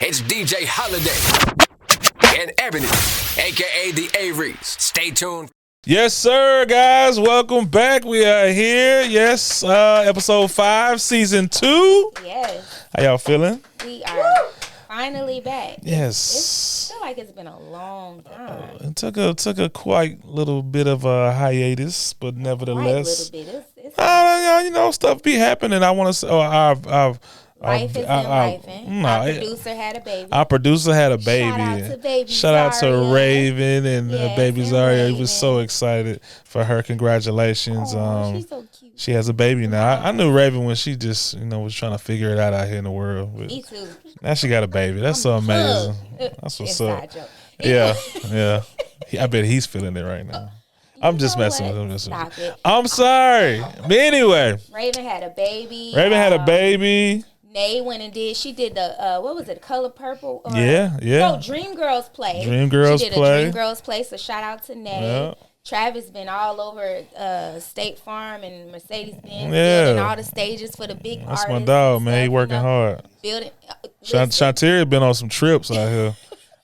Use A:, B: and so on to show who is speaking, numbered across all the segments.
A: It's DJ Holiday and Ebony, aka the Aries. Stay tuned.
B: Yes, sir, guys. Welcome back. We are here. Yes, uh, episode five, season two.
C: Yes,
B: How y'all feeling?
C: we are finally back. I
B: Yes.
C: feel like it's been a
B: Uh,
C: long time.
B: It took a took a quite little bit of a hiatus, but
C: Quite a little
B: nevertheless,
C: bit. It's, it's
B: uh, you know, stuff be happening. I want to. Oh, I've, I've,
C: life is in
B: I- I-
C: life. eh?
B: no,
C: Our
B: it-
C: producer had a baby.
B: Our producer had a baby.
C: out to Baby
B: Shout out to
C: Zaria.
B: Raven and uh,
C: Yes,
B: Baby
C: and
B: Zaria. He
C: Raven.
B: was so excited for her. Congratulations.
C: Aw,
B: um,
C: Oh, she's so cute.
B: She has a baby now. I, I knew Raven when she just, you know, was trying to figure it out out here in the world. But
C: Me too.
B: now she got a baby. That's so amazing. That's what's
C: Inside
B: up.
C: joke.
B: Yeah, yeah. He- I bet he's feeling it right now. I'm
C: You
B: just
C: know
B: messing
C: what?
B: with him. Just-
C: Stop it.
B: I'm sorry. But anyway,
C: Raven had a baby.
B: Raven had a
C: Um,
B: baby.
C: Nay went and did. She did the uh, what was it? Color Purple. Or,
B: Yeah, yeah.
C: No, Dream Girls play.
B: Dream Girls
C: she did
B: play.
C: A Dream Girls play. So shout out to Nay.
B: Yeah.
C: Travis been all over uh, State Farm and Mercedes Benz,
B: Yeah.
C: building all the stages for the big
B: That's my
C: artists
B: dog,
C: and
B: man.
C: stuff,
B: He
C: you
B: working
C: know,
B: hard.
C: Building. uh,
B: Shan-
C: listen,
B: Shantir been on some trips out here.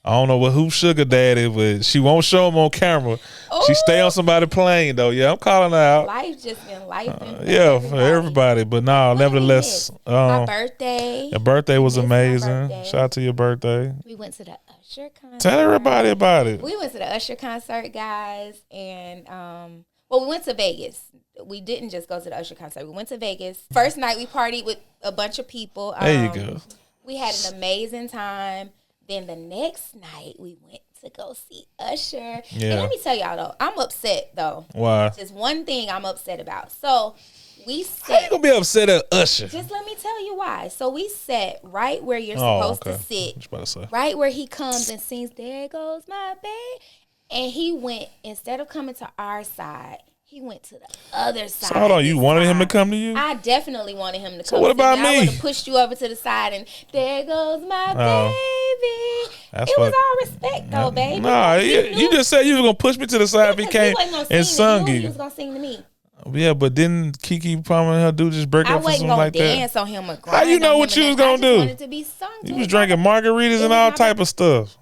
B: I don't know what who sugar daddy, but she won't show him on camera.
C: Oh.
B: She stay on somebody's plane though. Yeah, I'm calling her out.
C: life just been life. and
B: Uh, Yeah, for everybody. But no, nevertheless,
C: my
B: um,
C: birthday.
B: your birthday was
C: It's my
B: amazing.
C: birthday.
B: Shout out to your birthday.
C: We went to the Usher concert.
B: Tell everybody about it.
C: we went to the Usher concert, guys, and um, well, we went to Vegas. We didn't just go to the Usher concert. We went to Vegas. First night, we partied with a bunch of people. Um,
B: There you go.
C: We had an amazing time. Then the next night, we went to go see Usher.
B: Yeah.
C: And let me tell y'all though, I'm upset though.
B: Why?
C: There's one thing I'm upset about. So we
B: How you
C: sat.
B: gonna be upset at Usher?
C: Just let me tell you why. So we sat right where you're
B: Oh,
C: supposed
B: okay.
C: to sit
B: What you about to say?
C: right where he comes and sings there goes my bed and he went instead of coming to our side he went to the other side
B: So hold on, you wanted him to come to you?
C: I definitely wanted him to come.
B: what
C: to
B: about
C: me? I
B: me?
C: would have pushed you over to the side, and there goes my baby.
B: Oh. That's
C: it
B: what-
C: was all respect, though, baby.
B: Nah, you, you just said you were gonna push me to the side if he came and sung
C: you.
B: you.
C: He was gonna sing to me.
B: Yeah, but didn't Kiki Palmer and her dude just break
C: I
B: up for
C: wasn't
B: something
C: gonna
B: like that?
C: dance on him. Or
B: How you
C: grind
B: know
C: on
B: what
C: him
B: you
C: or
B: was
C: nothing. I
B: gonna
C: just
B: do?
C: wanted to be sung
B: He
C: to.
B: was drinking margaritas
C: was
B: and all
C: my
B: type of stuff.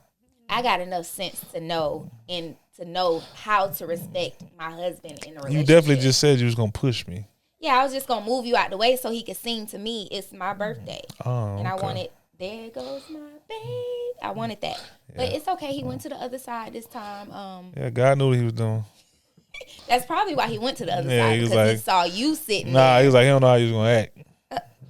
C: I got enough sense to know and to know how to respect my husband in a relationship.
B: You definitely just said you was gonna push me.
C: yeah. I was just gonna move you out the way so he could sing to me. It's my birthday,
B: Oh,
C: and I
B: okay.
C: wanted. There goes my babe. I wanted that, but it's okay. He went to the other side this time. Um,
B: Yeah, God knew what he was doing.
C: that's probably why he went to the other
B: Yeah,
C: side
B: he was
C: because he
B: like,
C: saw you sitting.
B: Nah,
C: there.
B: he was like, he don't know how he was gonna act.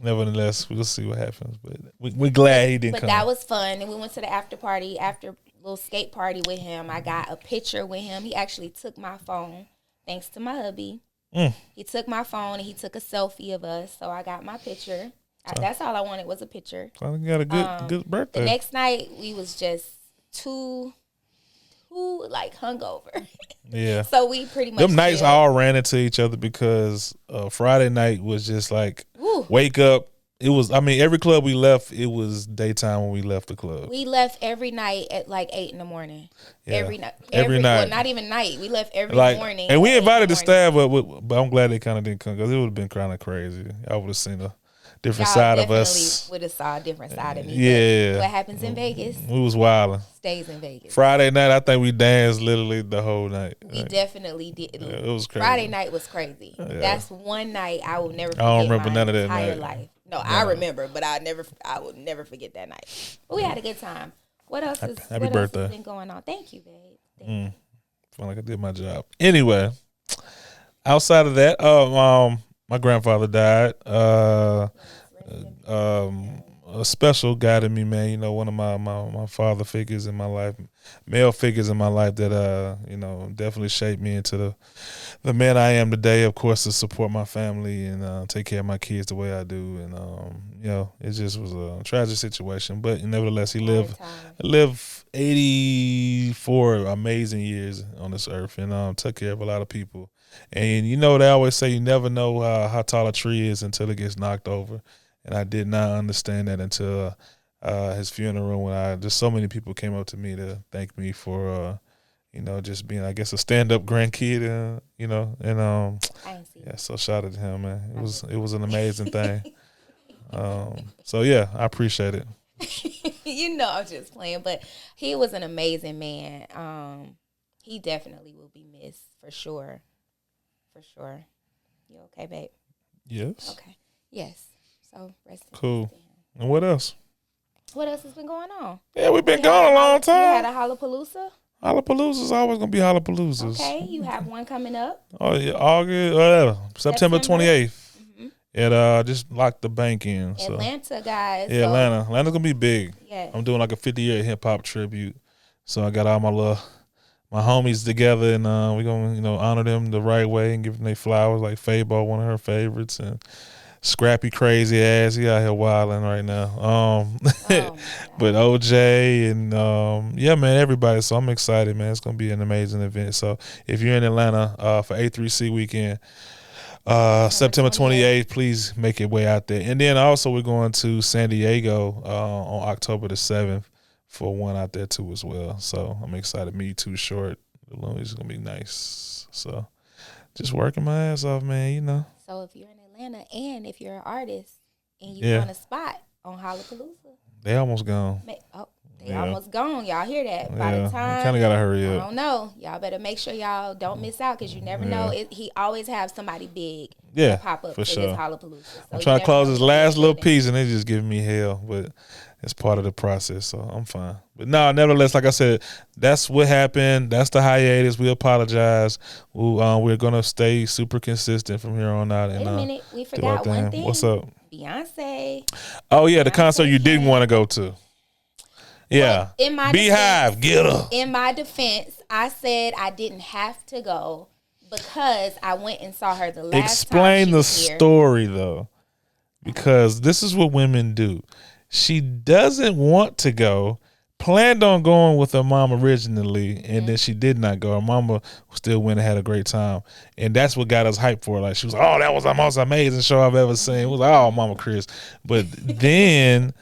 B: Nevertheless, we'll see what happens. But we, we're glad he didn't
C: But
B: come.
C: that was fun, and we went to the after party, after little skate party with him. I got a picture with him. He actually took my phone, thanks to my hubby.
B: Mm.
C: He took my phone and he took a selfie of us, so I got my picture. I- that's all I wanted was a picture.
B: I think you got a good good
C: um, The
B: birthday.
C: next night we was just too, too like hungover,
B: yeah.
C: so we pretty much
B: Them nights
C: chilled.
B: all ran into each other because uh, Friday night was just like
C: Woo.
B: wake up. It was I mean every club we left it was daytime when we left the club.
C: We left every night at like eight in the morning.
B: Yeah.
C: Every night,
B: Every
C: well,
B: night.
C: not even night. We left every
B: like
C: morning,
B: and
C: at
B: we
C: eight in
B: invited the
C: morning.
B: staff up, but but I'm glad they kind of didn't come because it would have been kind of crazy. I would have seen a different side of us.
C: Would have saw a different side of me. but
B: Yeah. Mm-hmm.
C: What happens in Vegas
B: We was wilding.
C: stays in Vegas.
B: Friday night, I think we danced literally the whole night.
C: we
B: Like,
C: definitely did.
B: it was crazy.
C: Friday night was crazy. That's one night I will never. Forget
B: don't remember
C: my
B: none of that
C: entire
B: night.
C: Life. No, I remember, but I never. I will never forget that night. But we had a good time. What else is?
B: happy
C: what Else
B: birthday.
C: has been going on. Thank you, babe. Thank
B: felt like I did my job. Anyway, outside of that, um, um my grandfather died. Uh, um, a special guy to me, man. You know, one of my, my my father figures in my life, male figures in my life that uh, you know, definitely shaped me into the the man I am today. Of course, to support my family and uh, take care of my kids the way I do, and um, you know, it just was a tragic situation. But nevertheless, he lived
C: you. Time.
B: live 84 amazing years on this earth and um, took care of a lot of people. And you know, they always say you never know uh, how tall a tree is until it gets knocked over. And I did not understand that until uh, his funeral when I just so many people came up to me to thank me for, uh, you know, just being, I guess, a stand up grandkid, uh, you know, and um,
C: I ain't see.
B: yeah, so shout out to him, man. It was it was an amazing thing. Um, so yeah, I appreciate it.
C: you know, I'm just playing. But he was an amazing man. Um, he definitely will be missed for sure, for sure. You okay, babe?
B: Yes.
C: Okay. Yes. So rest. in peace
B: Cool.
C: to him.
B: And what else?
C: What else has been going on?
B: Yeah, we've been
C: You had
B: gone a long
C: You had
B: time.
C: a Hollapalooza.
B: Hollapalooza's always gonna be Hollapaloozas.
C: Okay, you have one coming up.
B: Oh yeah, August, uh, September
C: September. Mm-hmm.
B: twenty eighth. It uh just locked the bank in. So
C: Atlanta, guys.
B: yeah,
C: so-
B: Atlanta, Atlanta's gonna be big.
C: Yeah.
B: I'm doing like a fifty year hip hop tribute. So I got all my little my homies together, and uh, we're gonna you know honor them the right way and give them their flowers. Like Fabo, one of her favorites, and Scrappy Crazy Ass, he out here wilding right now. Um,
C: Oh,
B: but OJ and um, yeah, man, everybody. So I'm excited, man. It's gonna be an amazing event. So if you're in Atlanta uh, for A3C weekend, uh, September 28th, please make your way out there. And then also we're going to San Diego uh, on October the 7th for one out there too as well. So I'm excited. Me too short. It's gonna be nice. So just working my ass off, man. You know.
C: so if you're in Atlanta and if you're an artist and you
B: Yeah.
C: want a spot on Hollapalooza,
B: They almost gone.
C: ma- oh, they
B: Yeah.
C: almost gone. Y'all hear that? By
B: yeah,
C: the time
B: kind of gotta hurry
C: I
B: up.
C: don't know. Y'all better make sure y'all don't miss out because you never know. It, he always have somebody big
B: Yeah,
C: pop up
B: for
C: for
B: sure.
C: his Hollapalooza. So
B: I'm trying
C: you
B: to
C: never
B: close
C: know
B: this
C: who's
B: last little
C: getting it.
B: piece, and they just giving me hell. But it's part of the process, so I'm fine. But no, nevertheless, like I said, that's what happened. That's the hiatus. We apologize. We, uh, we're gonna stay super consistent from here on out. And
C: Wait a
B: uh,
C: minute, we
B: do our
C: forgot one
B: thing.
C: thing.
B: What's up?
C: Beyonce.
B: Oh yeah, the
C: Beyonce
B: concert you didn't
C: came.
B: want to go to. Yeah,
C: Well, in my
B: Beehive, get her.
C: In my defense, I said I didn't have to go because I went and saw her the last
B: Explain
C: time she
B: the
C: was here.
B: story though, because this is what women do. She doesn't want to go. Planned on going with her mom originally,
C: Mm-hmm.
B: and then she did not go. Her mama still went and had a great time, and that's what got us hyped for. It. Like she was, oh, that was the most amazing show I've ever seen. It was oh, Mama Chris. But then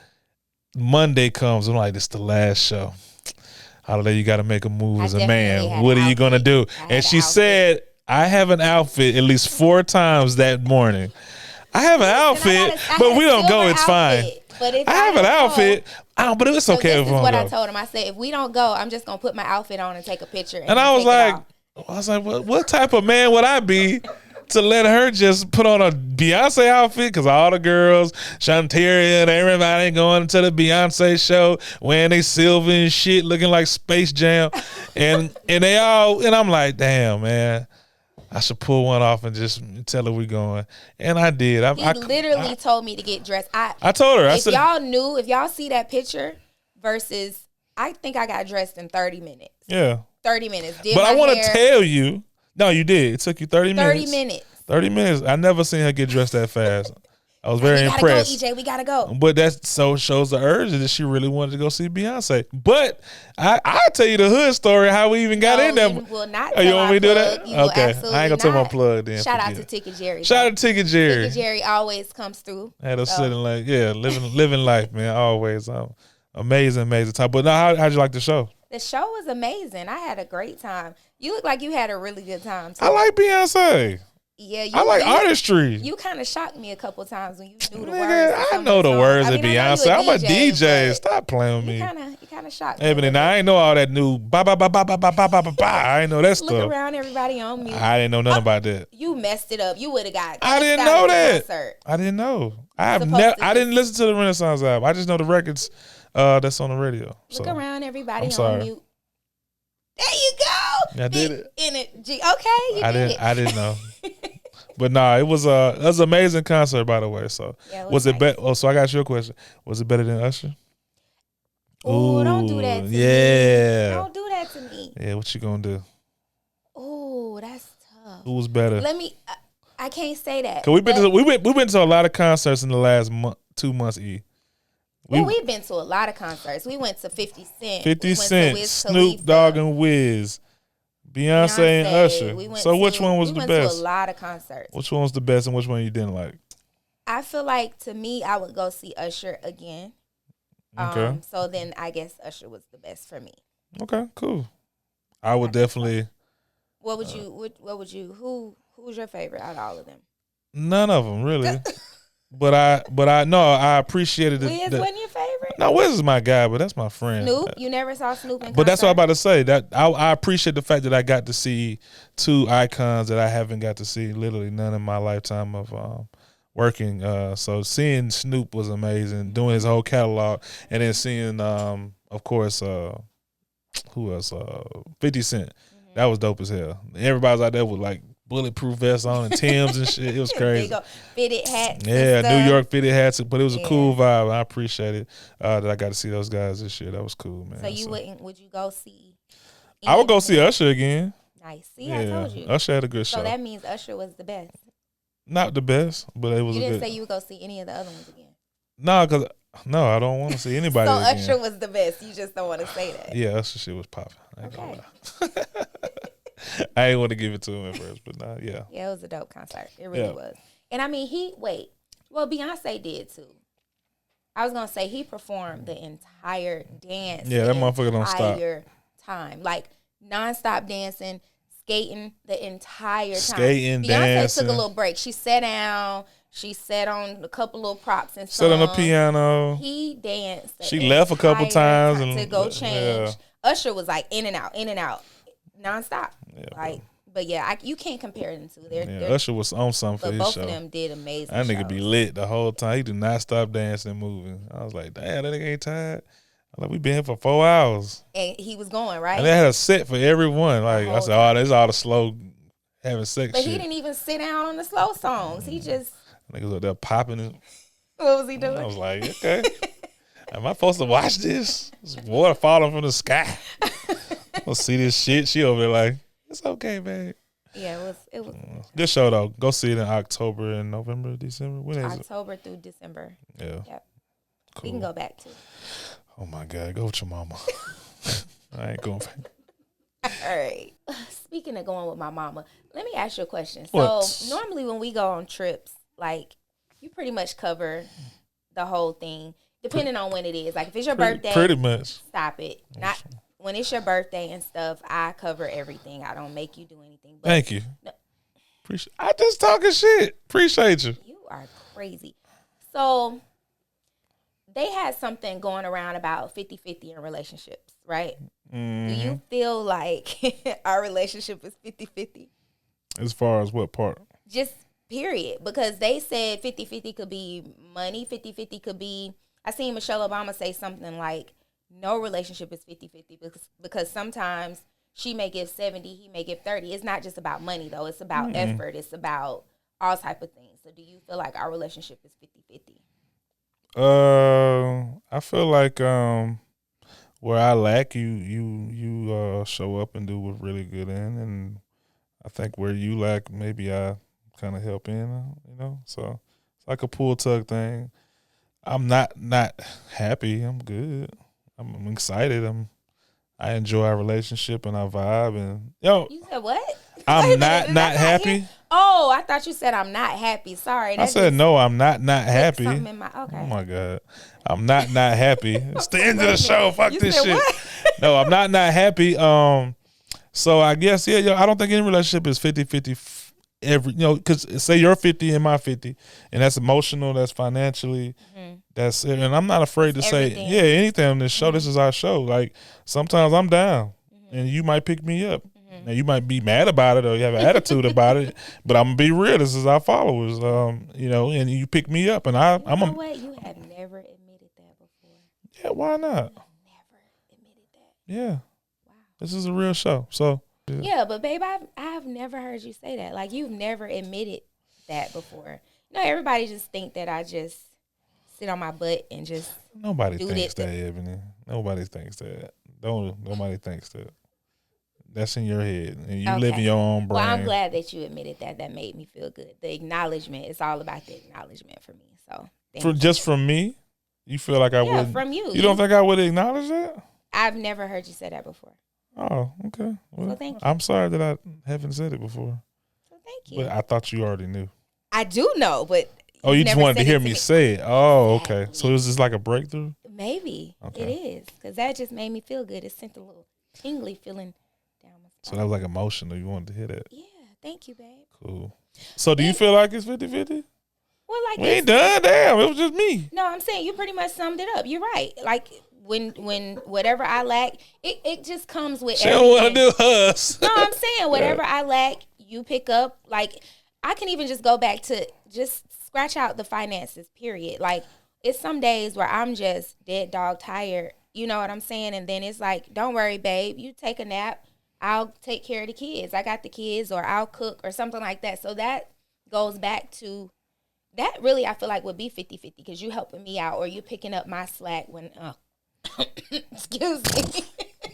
B: Monday comes, I'm like, this the last show. Holiday, you got to make a move
C: I
B: as a
C: definitely
B: man.
C: had
B: What
C: an
B: are you gonna
C: outfit.
B: do?
C: I had
B: And she
C: an outfit.
B: said, I have an outfit at least four times that morning. I have an
C: And I had
B: outfit,
C: a- I had
B: but
C: a
B: we don't go.
C: silver
B: It's
C: outfit,
B: fine.
C: But if
B: I have an
C: don't go-
B: outfit, oh, but it's
C: So
B: okay
C: this
B: if
C: is
B: we
C: what I
B: don't go.
C: told him. I said, if we don't go, I'm just gonna put my outfit on and take a picture.
B: And I
C: then
B: was
C: take it
B: like,
C: off.
B: I was like, what, what type of man would I be to let her just put on a Beyonce outfit? Because all the girls, Shantaria and everybody going to the Beyonce show wearing they silver and shit, looking like Space Jam, and and they all and I'm like, damn man. I should pull one off and just tell her we're going, and I did. I,
C: he
B: I,
C: literally told me to get dressed. I
B: I told her. I
C: if
B: said,
C: y'all knew, if y'all see that picture, versus I think I got dressed in 30 minutes.
B: yeah.
C: 30 minutes. Did
B: But I
C: want
B: want to tell you. No, you did. It took you thirty minutes.
C: 30 minutes.
B: 30 minutes. I never seen her get dressed that fast. I was very
C: We gotta
B: impressed.
C: go, E EJ. We gotta go.
B: But that so shows the urge that she really wanted to go see Beyonce. But I I tell you the hood story how we even got
C: No,
B: in there.
C: you will not.
B: Oh, you
C: tell
B: want
C: our
B: me to do
C: plug.
B: that?
C: You will
B: Okay. I ain't
C: absolutely
B: gonna tell my
C: not.
B: plug then.
C: Shout out to
B: Forget
C: Ticket Jerry.
B: Shout out to Ticket Jerry.
C: Ticket Jerry Oh. always comes through.
B: Had us
C: So-
B: sitting like yeah, living living life, man. Always um, amazing, amazing time. But now how how'd you like the show?
C: The show was amazing. I had a great time. You look like you had a really good time. Too.
B: I like Beyonce.
C: Yeah, you,
B: I like
C: you,
B: artistry.
C: You kind of shocked me a couple times when you knew the words.
B: Nigga,
C: to
B: I
C: some
B: know
C: of
B: the
C: songs.
B: words
C: I
B: of
C: mean, I know you
B: Beyonce. I'm a DJ.
C: but
B: Stop playing with me.
C: You kind of, you kind of shocked. me.
B: Ebony, now I ain't know all that new ba ba ba ba ba ba ba ba ba. ba. I ain't know that
C: Look
B: stuff.
C: around, everybody on mute.
B: I didn't know nothing about that.
C: you messed it up. You would have got.
B: I didn't
C: kicked out
B: know
C: of the
B: that.
C: concert.
B: I didn't know. I've
C: Supposed
B: never.
C: to
B: I
C: be-
B: didn't listen to the Renaissance album. I just know the records uh, that's on the radio.
C: Look
B: So,
C: around, everybody
B: I'm
C: on
B: sorry.
C: mute. There you go.
B: I did it.
C: In it. G- okay, you
B: I
C: did.
B: didn't. I didn't know. But nah, it was a it was an amazing concert by the way. So
C: Yeah, it was
B: was it
C: nice.
B: better? Oh, so I got your question. Was it better than Usher?
C: Ooh, don't do that.
B: Ooh,
C: To Me.
B: yeah.
C: Don't do that to me.
B: Yeah. What you gonna do?
C: Ooh, that's tough.
B: Who was better?
C: Let me. I, I can't say that.
B: Cause we've been
C: But-
B: to, we went we went to a lot of concerts in the last month, two months. E.
C: Well, we've been to a lot of concerts. We went to 50 Cent.
B: Fifty
C: we went to
B: Cent,
C: Wiz
B: Snoop
C: Khalifa,
B: Dogg, and Wiz, Beyonce, and Usher.
C: We went
B: so
C: to-
B: which one was the
C: we went To a
B: best?
C: lot of concerts.
B: Which one was the best, and which one you didn't like?
C: I feel like to me, I would go see Usher again.
B: Okay.
C: Um, so then I guess Usher was the best for me.
B: Okay, cool. I would definitely
C: What
B: Uh,
C: would you? What, what would you? Who? Who's your favorite out of all of them?
B: none of them really, but I but I no I appreciated
C: Wiz
B: it.
C: wasn't your favorite.
B: No, Wiz is my guy, but that's my friend.
C: Snoop, you never saw Snoop in
B: But that's what I'm
C: concert?
B: about to say. That I, I appreciate the fact that I got to see two icons that I haven't got to see literally none in my lifetime of um, working. Uh, so seeing Snoop was amazing, doing his whole catalog, and then seeing, um, of course, uh, who else? Uh, Fifty Cent.
C: Mm-hmm.
B: That was dope as hell. Everybody's out there with like bulletproof vests on and Tim's and shit. It was crazy.
C: Big old fitted hats. and
B: Yeah,
C: stuff.
B: New York fitted hats, but it was a
C: uh, Yeah.
B: cool vibe. I appreciate it uh, that I got to see those guys this year. That was cool, man.
C: So you
B: So-
C: wouldn't? Would you go see?
B: I would go see Usher again.
C: Nice. See, I told you.
B: Usher had a good
C: so
B: show.
C: that means Usher was the best.
B: Not the best, but it was
C: You
B: a
C: didn't
B: good.
C: say you would go see any of the other ones again.
B: no, because no, I don't want to see anybody.
C: so
B: again.
C: Usher was the best. You just don't want to say that.
B: Yeah, Usher shit was popping. I ain't gonna
C: Okay.
B: lie. I didn't want to give it to him at first, but nah, yeah.
C: Yeah, it was a dope concert. It really
B: Yeah.
C: was. And I mean, he wait. Well, Beyonce did too. I was gonna say he performed the entire dance.
B: Yeah,
C: the
B: that motherfucker don't stop.
C: entire Time like nonstop dancing, skating the entire time.
B: Skating,
C: Beyonce
B: dancing.
C: took a little break. She sat down. She sat on a couple little props and
B: Sat on the
C: sung.
B: piano.
C: He danced. the
B: She left a couple
C: entire
B: times
C: time to
B: and-
C: go
B: yeah.
C: change. Usher was like in and out, in and out, nonstop.
B: but-
C: like, but yeah, I, you can't compare them to. They're,
B: Yeah,
C: they're
B: Usher was on something for
C: but
B: his
C: both
B: show.
C: of them did amazing.
B: That nigga
C: shows.
B: be lit the whole time. He do not stop dancing and moving. I was like, damn, that nigga ain't tired. I'm like, we been here for four hours.
C: and he was going right,
B: And they had a set for everyone. Like I
C: whole
B: said, oh, that's all the slow having sex
C: but
B: shit. Mm.
C: he didn't even sit down on the slow songs. He just
B: Niggas up there popping. And,
C: what was he
B: I was
C: doing?
B: like, okay, am I supposed to watch this? There's water falling from the sky. I'll see this shit. She over there like, it's okay, babe.
C: Yeah, it was it was
B: Good show though. Go see it in October and November, December. When is it?
C: October through December.
B: Yeah.
C: Yep. We can
B: Cool.
C: go back to.
B: Oh my god, go with your mama. I ain't going.
C: All right. Speaking of going with my mama, let me ask you a question.
B: What?
C: So normally when we go on trips, like you pretty much cover the whole thing, depending on when it is. Like if it's your
B: Pretty,
C: birthday,
B: pretty much.
C: stop it. Not when it's your birthday and stuff. I cover everything. I don't make you do anything. But
B: Thank you.
C: No.
B: Appreciate. I just talking shit. Appreciate you.
C: You are crazy. So they had something going around about 50 50 in relationships, right? Do
B: Mm-hmm.
C: you feel like our relationship is 50 50?
B: As far as what part?
C: Just period. Because they said 50 50 could be money, 50 50 could be. I seen Michelle Obama say something like, no relationship is 50 50 because, because sometimes she may give 70, he may give 30. It's not just about money, though. It's about effort, it's about all type of things. So do you feel like our relationship is 50 50?
B: Uh, I feel like um, where I lack, you you you uh show up and do what really good in, and I think where you lack, maybe I kind of help in. uh, You know, so it's like a pull tug thing. I'm not not happy. I'm good. I'm, I'm excited. I'm I enjoy our relationship and our vibe, and yo,
C: You said what?
B: I'm
C: Wait a minute,
B: not
C: did I
B: not
C: hear-
B: happy.
C: Oh, I thought you said I'm not happy. Sorry.
B: I
C: that
B: said
C: just
B: no. I'm not not
C: clicked
B: happy.
C: Something in my, okay.
B: Oh my god, I'm not not happy. It's the end of the show. Fuck
C: You
B: this
C: said
B: shit.
C: what?
B: No, I'm not not happy. Um, so I guess yeah, yo, I don't think any relationship is 50-50 f- every you know because say you're fifty and my fifty, and that's emotional, that's financially, that's it. And I'm not afraid to say
C: Mm-hmm. Everything. Mm-hmm.
B: yeah anything on this show. This is our show. Like sometimes I'm down, and you might pick me up.
C: Mm-hmm.
B: Now you might be mad about it or you have an attitude about it, but I'm gonna be real. This is our followers, um, you know, and you pick me up, and I,
C: You
B: I'm
C: know
B: a
C: what? You have never admitted that before.
B: yeah. Why not?
C: Never admitted that.
B: Yeah. This is a real show. So
C: Yeah, but babe, I've I've never heard you say that. Like you've never admitted that before. You know, everybody just think that I just sit on my butt and just
B: nobody
C: Dude,
B: thinks
C: it-
B: that, Ebony. Nobody thinks that. Don't nobody thinks that. That's in your head. And you live in
C: Okay.
B: your own brain.
C: Well, I'm glad that you admitted that. That made me feel good. The acknowledgement, it's all about the acknowledgement for me. So thank
B: For
C: you.
B: just from me, you feel like I
C: Yeah,
B: wouldn't
C: from you.
B: You don't think I would acknowledge that?
C: I've never heard you say that before.
B: Oh, okay. Well,
C: Well, thank you.
B: I'm sorry that I haven't said it before.
C: So thank you.
B: But I thought you already knew.
C: I do know, but
B: Oh, you just
C: never
B: wanted to
C: said
B: hear
C: it
B: me, say it. Oh, okay. So
C: Exactly.
B: it was just like a breakthrough?
C: Maybe it is because that just made me feel good. It sent a little tingly feeling down my
B: So that was like emotional. You wanted to hear that.
C: Yeah, thank you, babe.
B: Cool. So do you feel like it's 50 50?
C: Well, like
B: We ain't
C: this-
B: done. Damn, it was just me.
C: No, I'm saying you pretty much summed it up. You're right. Like when when whatever I lack, it, it just comes with
B: She don't want to
C: everything.
B: do us.
C: No, I'm saying whatever I lack, you pick up. Like I can even just go back to just scratch out the finances. Period. Like it's some days where I'm just dead dog tired. You know what I'm saying? And then it's like, don't worry, babe. You take a nap. I'll take care of the kids. I got the kids, or I'll cook, or something like that. So that goes back to that. Really, I feel like would be 50 50 because you helping me out, or you picking up my slack when. Uh, excuse me.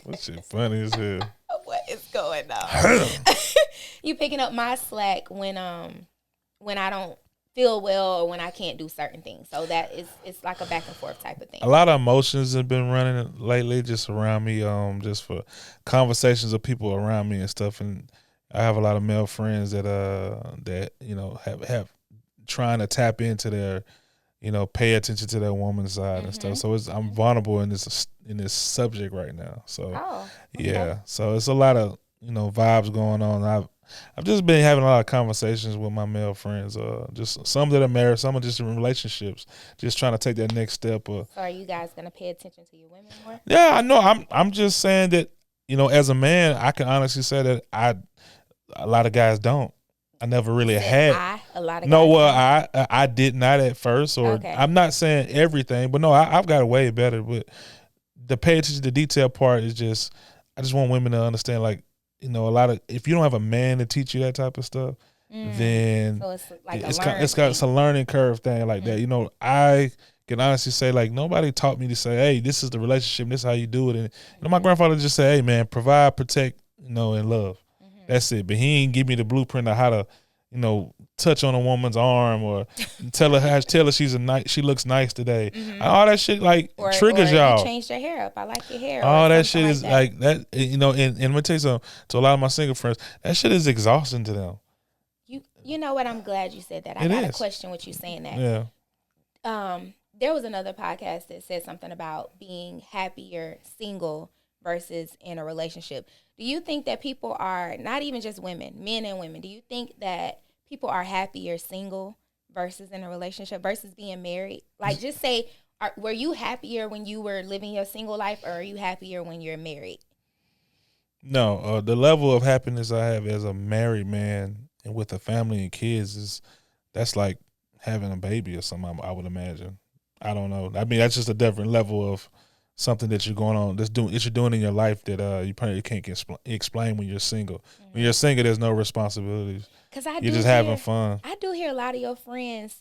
B: That shit funny as hell.
C: what is going on? you picking up my slack when um when I don't feel well or when I can't do certain things. So that is it's like a back and forth type of thing.
B: a lot of emotions have been running lately just around me um just for conversations of people around me and stuff and i have a lot of male friends that uh that you know have have trying to tap into their you know pay attention to their woman's side and stuff so it's i'm vulnerable in this in this subject right now so
C: Oh,
B: yeah so it's a lot of you know vibes going on i've I've just been having a lot of conversations with my male friends, uh, just some that are married, some are just in relationships, just trying to take that next step of
C: So are you guys gonna pay attention to your women more?
B: yeah, I know. I'm I'm just saying that you know, as a man, I can honestly say that I a lot of guys don't. I never really had.
C: I a lot of
B: no,
C: guys-
B: well, I uh, I did not at first, or
C: Okay.
B: I'm not saying everything, but no, I, I've got way better. But the pay attention to detail part is just, I just want women to understand, like you know, a lot of if you don't have a man to teach you that type of stuff,
C: Mm.
B: then
C: so it's like
B: it's
C: a
B: kind,
C: learn
B: it's got
C: thing.
B: it's a learning curve thing like that. You know, I can honestly say like nobody taught me to say, hey, this is the relationship, this is how you do it. And you know, my grandfather just said, hey, man, provide, protect, you know, and love.
C: Mm-hmm.
B: That's it. But he didn't give me the blueprint of how to, you know, touch on a woman's arm or tell her how, tell her she's a nice, she looks nice today. All that shit like
C: Mm-hmm. Or-
B: triggers
C: or you
B: y'all.
C: Change your hair up. I like your hair. or
B: All that
C: something
B: shit is like that, you know. And, and let me tell you something. To a lot of my single friends, that shit is exhausting to them.
C: you. You know what? I'm glad you said that. I
B: It
C: got
B: is.
C: a question with you saying that.
B: Yeah.
C: um there was another podcast that said something about being happier single versus in a relationship. Do you think that people are not even just women, men and women, do you think that people are happier single versus in a relationship versus being married? Like just say are, were you happier when you were living your single life or are you happier when you're married?
B: No, uh, the level of happiness I have as a married man and with a family and kids is that's like having a baby or something. I, I would imagine. I don't know. I mean, that's just a different level of something that you're going on. That's doing that you're doing in your life that uh, you probably can't expl- explain when you're single. When you're single, there's no responsibilities.
C: Cuz I
B: You're
C: do
B: just having
C: hear-
B: fun.
C: I do hear a lot of your friends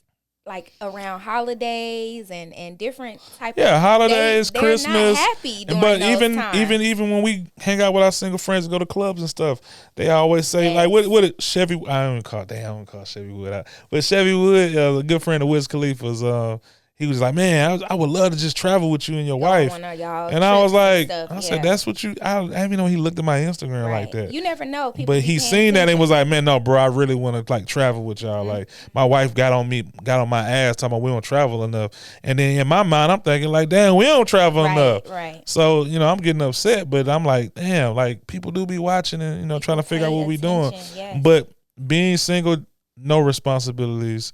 C: like around holidays and and different type of
B: Yeah, holidays,
C: they, they're
B: Christmas.
C: Not happy during
B: but
C: those
B: even
C: times.
B: even even when we hang out with our single friends, go to clubs and stuff, they always say
C: Yes.
B: like, "What what it- Chevy?" I don't even call. Damn, I don't call Chevy Wood out. But Chevy Wood, uh, a good friend of Wiz Khalifa's, uh, he was like, "Man, I, was- I would love to just travel with you and your wife."
C: on y'all
B: And I was like,
C: trips and
B: I
C: stuff,
B: said,
C: yeah.
B: "That's what you." I, I didn't even know he looked at my Instagram like
C: Right.
B: that.
C: You never know. People
B: but
C: be
B: he
C: paying
B: seen that
C: attention. Mm-hmm.
B: and was like, "Man, no, bro, I really want to like travel with y'all. Like, my wife got on me, got on my ass, talking about we don't travel enough." And then in my mind, I'm thinking like, "Damn, we don't travel
C: Right,
B: enough."
C: right.
B: So you know, I'm getting upset, but I'm like, "Damn, like people do be watching and you know trying to figure out
C: pay
B: what we doing."
C: attention, yes.
B: But being single, no responsibilities.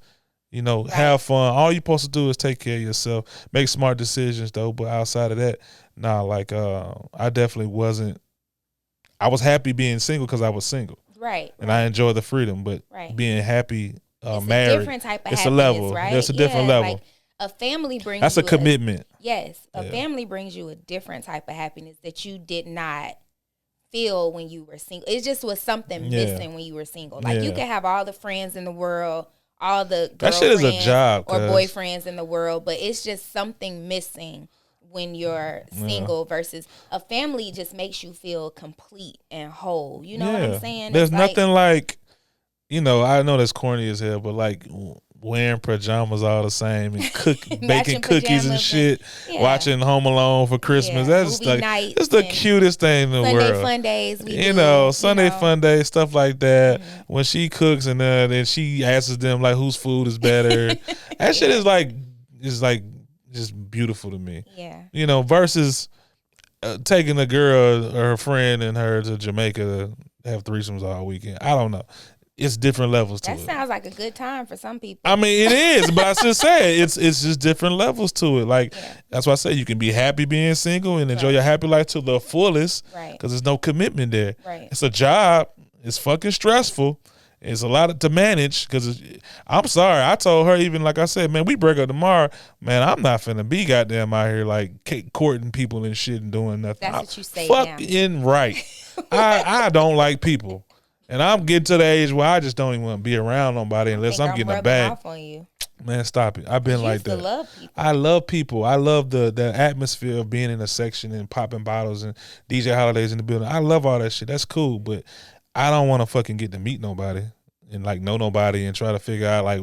B: You know, have fun. All you supposed to do is take care of yourself, make smart decisions though. But outside of that, nah, like uh, I definitely wasn't. I was happy being single because I was single
C: right.
B: and uh, I enjoy the freedom, but
C: Right.
B: being happy, uh,
C: It's
B: married,
C: a different type of
B: it's a
C: happiness,
B: level.
C: right?
B: That's a different
C: Yeah,
B: level.
C: Like a family brings
B: That's a
C: you
B: commitment.
C: yes, a
B: Yeah.
C: family brings you a different type of happiness that you did not feel when you were single. It just was something
B: Yeah.
C: missing when you were single. Like you
B: Yeah.
C: could have all the friends in the world, all the
B: That shit is a
C: girlfriends
B: job,
C: or
B: cuz.
C: boyfriends in the world, but it's just something missing when you're single versus a family just makes you feel complete and whole. You know what I'm saying?
B: There's
C: It's like-
B: nothing like, you know, I know that's corny as hell, but like w- wearing pajamas all the same and cook baking
C: Matching
B: cookies
C: pajamas
B: and
C: and-
B: shit,
C: yeah.
B: watching Home Alone for Christmas.
C: Yeah,
B: That's
C: movie
B: like
C: nights
B: that's the
C: and
B: cutest thing in the
C: Sunday
B: world.
C: fun days. We
B: you
C: do,
B: know, Sunday
C: know. Mm-hmm.
B: fun day, stuff like that. When she cooks and uh, then she asks them like whose food is better. that shit is like is like just beautiful to me.
C: Yeah.
B: You know, versus uh, taking a girl or her friend and her to Jamaica to have threesomes all weekend. I don't know. it's different levels to
C: That
B: it.
C: sounds like a good time for some people.
B: I mean, it is, but I just said it's it's just different levels to it. Like that's why I say you can be happy being single and enjoy your happy life to the fullest,
C: Right.
B: Because there's no commitment there.
C: Right.
B: It's a job. It's fucking stressful. It's a lot to manage. Because I'm sorry, I told her even like I said, man, we break up tomorrow. Man, I'm not finna be goddamn out here like ca- courting people and shit and doing nothing.
C: That's
B: I-
C: what you say now.
B: Fucking right. I I don't like people. And I'm getting to the age where I just don't even want to be around nobody unless
C: Think
B: I'm
C: I'm
B: getting a
C: rubbing
B: bag.
C: off on you.
B: Man, stop it. I've been
C: You
B: like
C: used to
B: that.
C: love people.
B: I love people. I love the the atmosphere of being in a section and popping bottles and DJ holidays in the building. I love all that shit. That's cool, but I don't want to fucking get to meet nobody and like know nobody and try to figure out like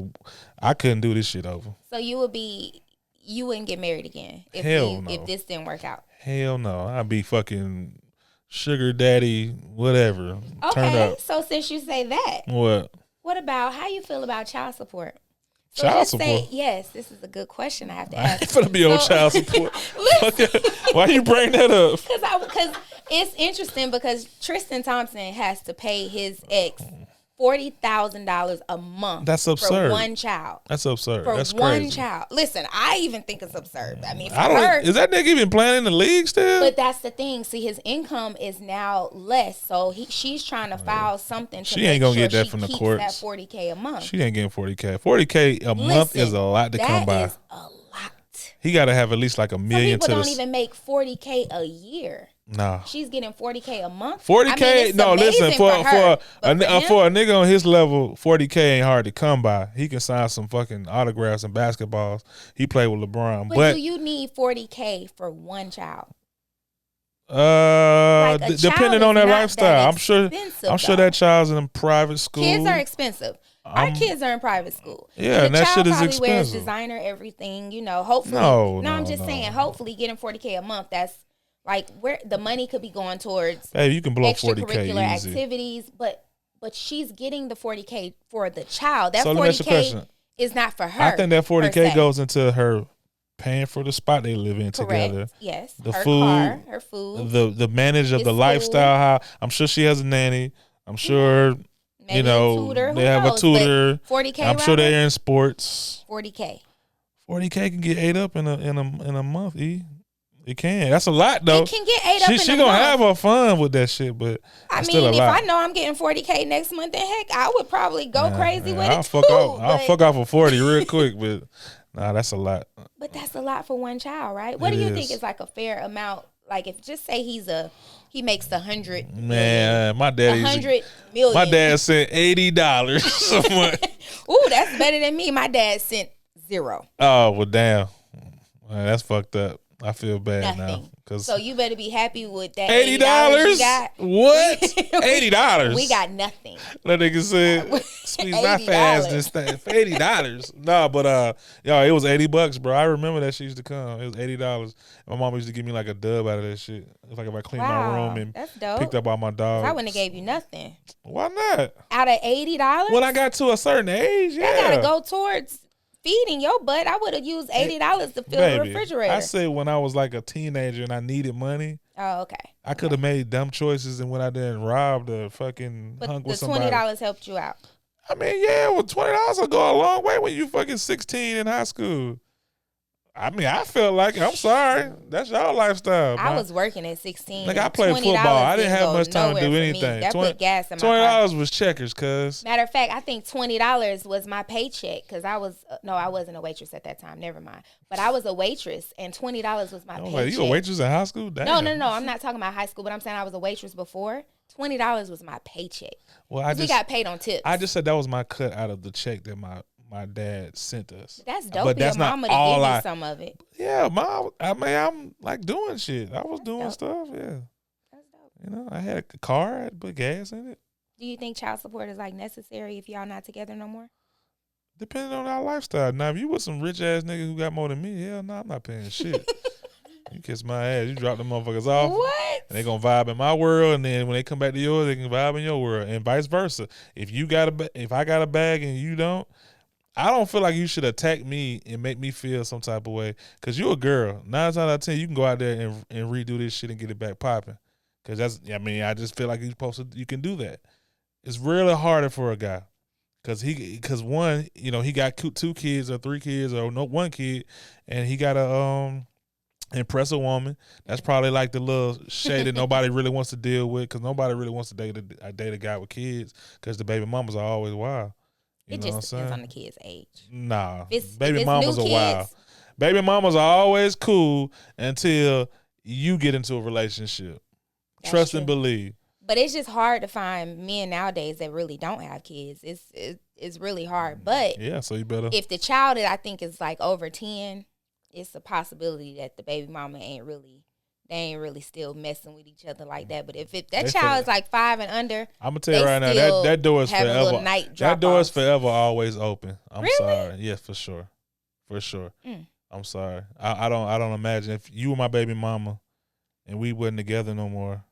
B: I couldn't do this shit over.
C: So you would be, you wouldn't get married again if
B: Hell
C: you,
B: no.
C: if this didn't work out.
B: Hell no. I'd be fucking sugar daddy whatever. Turned
C: Okay,
B: up.
C: so since you say that,
B: What?
C: what about how you feel about child support? So
B: Child
C: just Say,
B: support?
C: yes, this is a good question I have to
B: I ain't
C: ask.
B: finna be on
C: So-
B: child support.
C: Listen,
B: Why you bring that up?
C: because I because it's interesting because Tristan Thompson has to pay his ex forty thousand dollars a month.
B: That's
C: For
B: absurd.
C: one child.
B: That's absurd.
C: For
B: That's
C: one
B: crazy.
C: child. Listen, I even think it's absurd. I mean, for
B: I
C: her,
B: don't. Is that nigga even playing in the league still?
C: But that's the thing. See, his income is now less, so he, she's trying to file something. To
B: She
C: make
B: ain't gonna
C: sure
B: get that
C: she
B: from the
C: keeps
B: courts.
C: That forty k a month.
B: She ain't getting forty k. Forty k a month
C: Listen,
B: is a lot to come by.
C: That is a lot.
B: he got to have at least like a
C: Some
B: million
C: people
B: to
C: don't
B: this.
C: even make forty k a year.
B: nah,
C: She's getting forty k a month.
B: forty
C: I mean,
B: k.
C: it's
B: no, listen
C: amazing
B: for
C: for, her,
B: for a,
C: but
B: ni- uh,
C: him,
B: for a nigga on his level, forty k ain't hard to come by. He can sign some fucking autographs and basketballs. He played with LeBron,
C: But,
B: but,
C: do you need forty k for one child?
B: uh,
C: Like, a
B: d-
C: child
B: depending
C: is
B: on their
C: not that
B: lifestyle, I'm sure.
C: expensive,
B: I'm sure
C: though.
B: that child's in a private school.
C: Kids are expensive. Our
B: I'm-
C: kids are in private school.
B: Yeah,
C: the
B: and that shit
C: child
B: is
C: probably wears
B: expensive.
C: designer everything. You know, hopefully.
B: No,
C: I'm
B: no,
C: just
B: no,
C: saying.
B: no.
C: Hopefully, getting forty k a month. That's like where the money could be going towards
B: Hey, you can blow forty k
C: extracurricular
B: easy.
C: activities, but but she's getting the 40k for the child. That
B: So let me ask you a
C: 40k
B: question.
C: is not for her.
B: I think that
C: per
B: forty k
C: se.
B: goes into her paying for the spot they live in
C: correct.
B: together.
C: Yes,
B: The
C: her
B: food,
C: car, her food,
B: the the manage of
C: His
B: the
C: school.
B: lifestyle. How I'm sure she has a nanny. I'm sure
C: maybe
B: you know
C: a tutor.
B: they have a tutor.
C: Forty k.
B: I'm sure they're in sports.
C: forty k.
B: 40k can get ate up in a in a in a month. E, it can. That's a lot though.
C: It can get ate up.
B: she
C: in
B: she
C: a
B: gonna
C: month.
B: have her fun with that shit, but
C: I
B: it's still
C: mean,
B: a
C: if
B: lot.
C: I know I'm getting 40k next month, then heck, I would probably go
B: Yeah,
C: crazy
B: yeah,
C: with
B: I'll
C: it
B: fuck
C: too.
B: off. I'll
C: but,
B: fuck off for forty real quick, but nah, that's a lot.
C: but that's a lot for one child, right? What
B: It
C: do you
B: is.
C: think is like a fair amount? Like if just say he's a he makes a hundred
B: Man, my
C: a
B: daddy's
C: hundred million.
B: my dad sent eighty dollars a month.
C: Ooh, that's better than me. My dad sent zero,
B: Oh well, damn, Man, that's fucked up. I feel bad now
C: nothing.
B: because
C: So you better be happy with that.
B: eighty
C: $80
B: dollars.
C: you got.
B: What? Eighty dollars.
C: We got nothing.
B: that nigga said squeeze my
C: $80.
B: fast this thing for eighty dollars. no, but uh, y'all, it was eighty bucks, bro. I remember that she used to come. It was eighty dollars. My mom used to give me like a dub out of that shit. It's like if I cleaned
C: Wow,
B: my room
C: that's
B: and
C: dope.
B: picked up all my dogs.
C: I wouldn't have gave you nothing
B: Why not?
C: out of eighty dollars.
B: When I got to a certain age, yeah.
C: I gotta go towards feeding your butt. I would have used eighty dollars to fill the
B: Baby,
C: refrigerator.
B: I said when I was like a teenager and I needed money,
C: oh, okay.
B: I could have made dumb choices and went out there and robbed or fucking
C: But
B: hung
C: the
B: with somebody.
C: twenty dollars helped you out.
B: I mean, yeah, well, twenty dollars will go a long way when you fucking sixteen in high school. I mean, I felt like I'm sorry, that's y'all lifestyle.
C: I
B: man.
C: was working at sixteen.
B: like I played
C: $20
B: football. I didn't have
C: go
B: much time to
C: nowhere
B: do
C: for me.
B: anything.
C: That
B: Twen-
C: put gas in my
B: Twenty
C: pocket.
B: dollars was checkers, cuz.
C: Matter of fact, I think twenty dollars was my paycheck because I was uh, no, I wasn't a waitress at that time. Never mind. But I was a waitress, and twenty dollars was my
B: I was
C: paycheck.
B: like, you a waitress in high school? Damn.
C: No, no, no. I'm not talking about high school, but I'm saying I was a waitress before. Twenty dollars was my paycheck.
B: Well, I
C: we
B: just,
C: got paid on tips.
B: I just said that was my cut out of the check that my my dad sent us.
C: that's dope.
B: But that's
C: your
B: not
C: mama
B: all
C: to give
B: I.
C: you some of it.
B: Yeah, mom. I mean, I'm like doing shit. I was doing
C: dope.
B: stuff. Yeah,
C: That's dope.
B: you know, I had a car. I put gas in it.
C: Do you think child support is like necessary if y'all not together no more?
B: Depending on our lifestyle. Now, if you with some rich ass nigga who got more than me, hell no, I'm not paying shit. you kiss my ass. You drop the motherfuckers off.
C: What?
B: Oh. And they gonna vibe in my world, and then when they come back to yours, they can vibe in your world, and vice versa. If you got a, ba- if I got a bag and you don't, I don't feel like you should attack me and make me feel some type of way. Cause you a girl. Nine times out of ten, you can go out there and and redo this shit and get it back popping. Cause that's, I mean, I just feel like you supposed to, you can do that. It's really harder for a guy because he because one you know he got two kids or three kids or no one kid, and he got a um impress a woman. That's probably like the little shade that nobody really wants to deal with because nobody really wants to date a, date a guy with kids because the baby mamas are always wild. You
C: it
B: know what I'm
C: just depends
B: saying?
C: on the kid's age.
B: Nah,
C: If it's- if
B: baby
C: it's
B: mamas
C: new
B: are wild.
C: kids-
B: Baby mamas are always cool until you get into a relationship.
C: That's
B: Trust and
C: true.
B: believe.
C: But it's just hard to find men nowadays that really don't have kids. It's it, it's really hard. But
B: Yeah, so you better.
C: if the child that I think is like over ten, it's a possibility that the baby mama ain't really they ain't really still messing with each other like that. But if it, that
B: They
C: child
B: feel-
C: is like five and under,
B: I'm gonna tell you
C: they
B: right now that
C: still
B: that door is
C: have little
B: forever.
C: night
B: that door is
C: drop-offs.
B: forever always open. I'm
C: Really?
B: sorry. Yeah, for sure, for sure. I'm sorry. I, I don't. I don't imagine if you were my baby mama, and we wasn't together no more.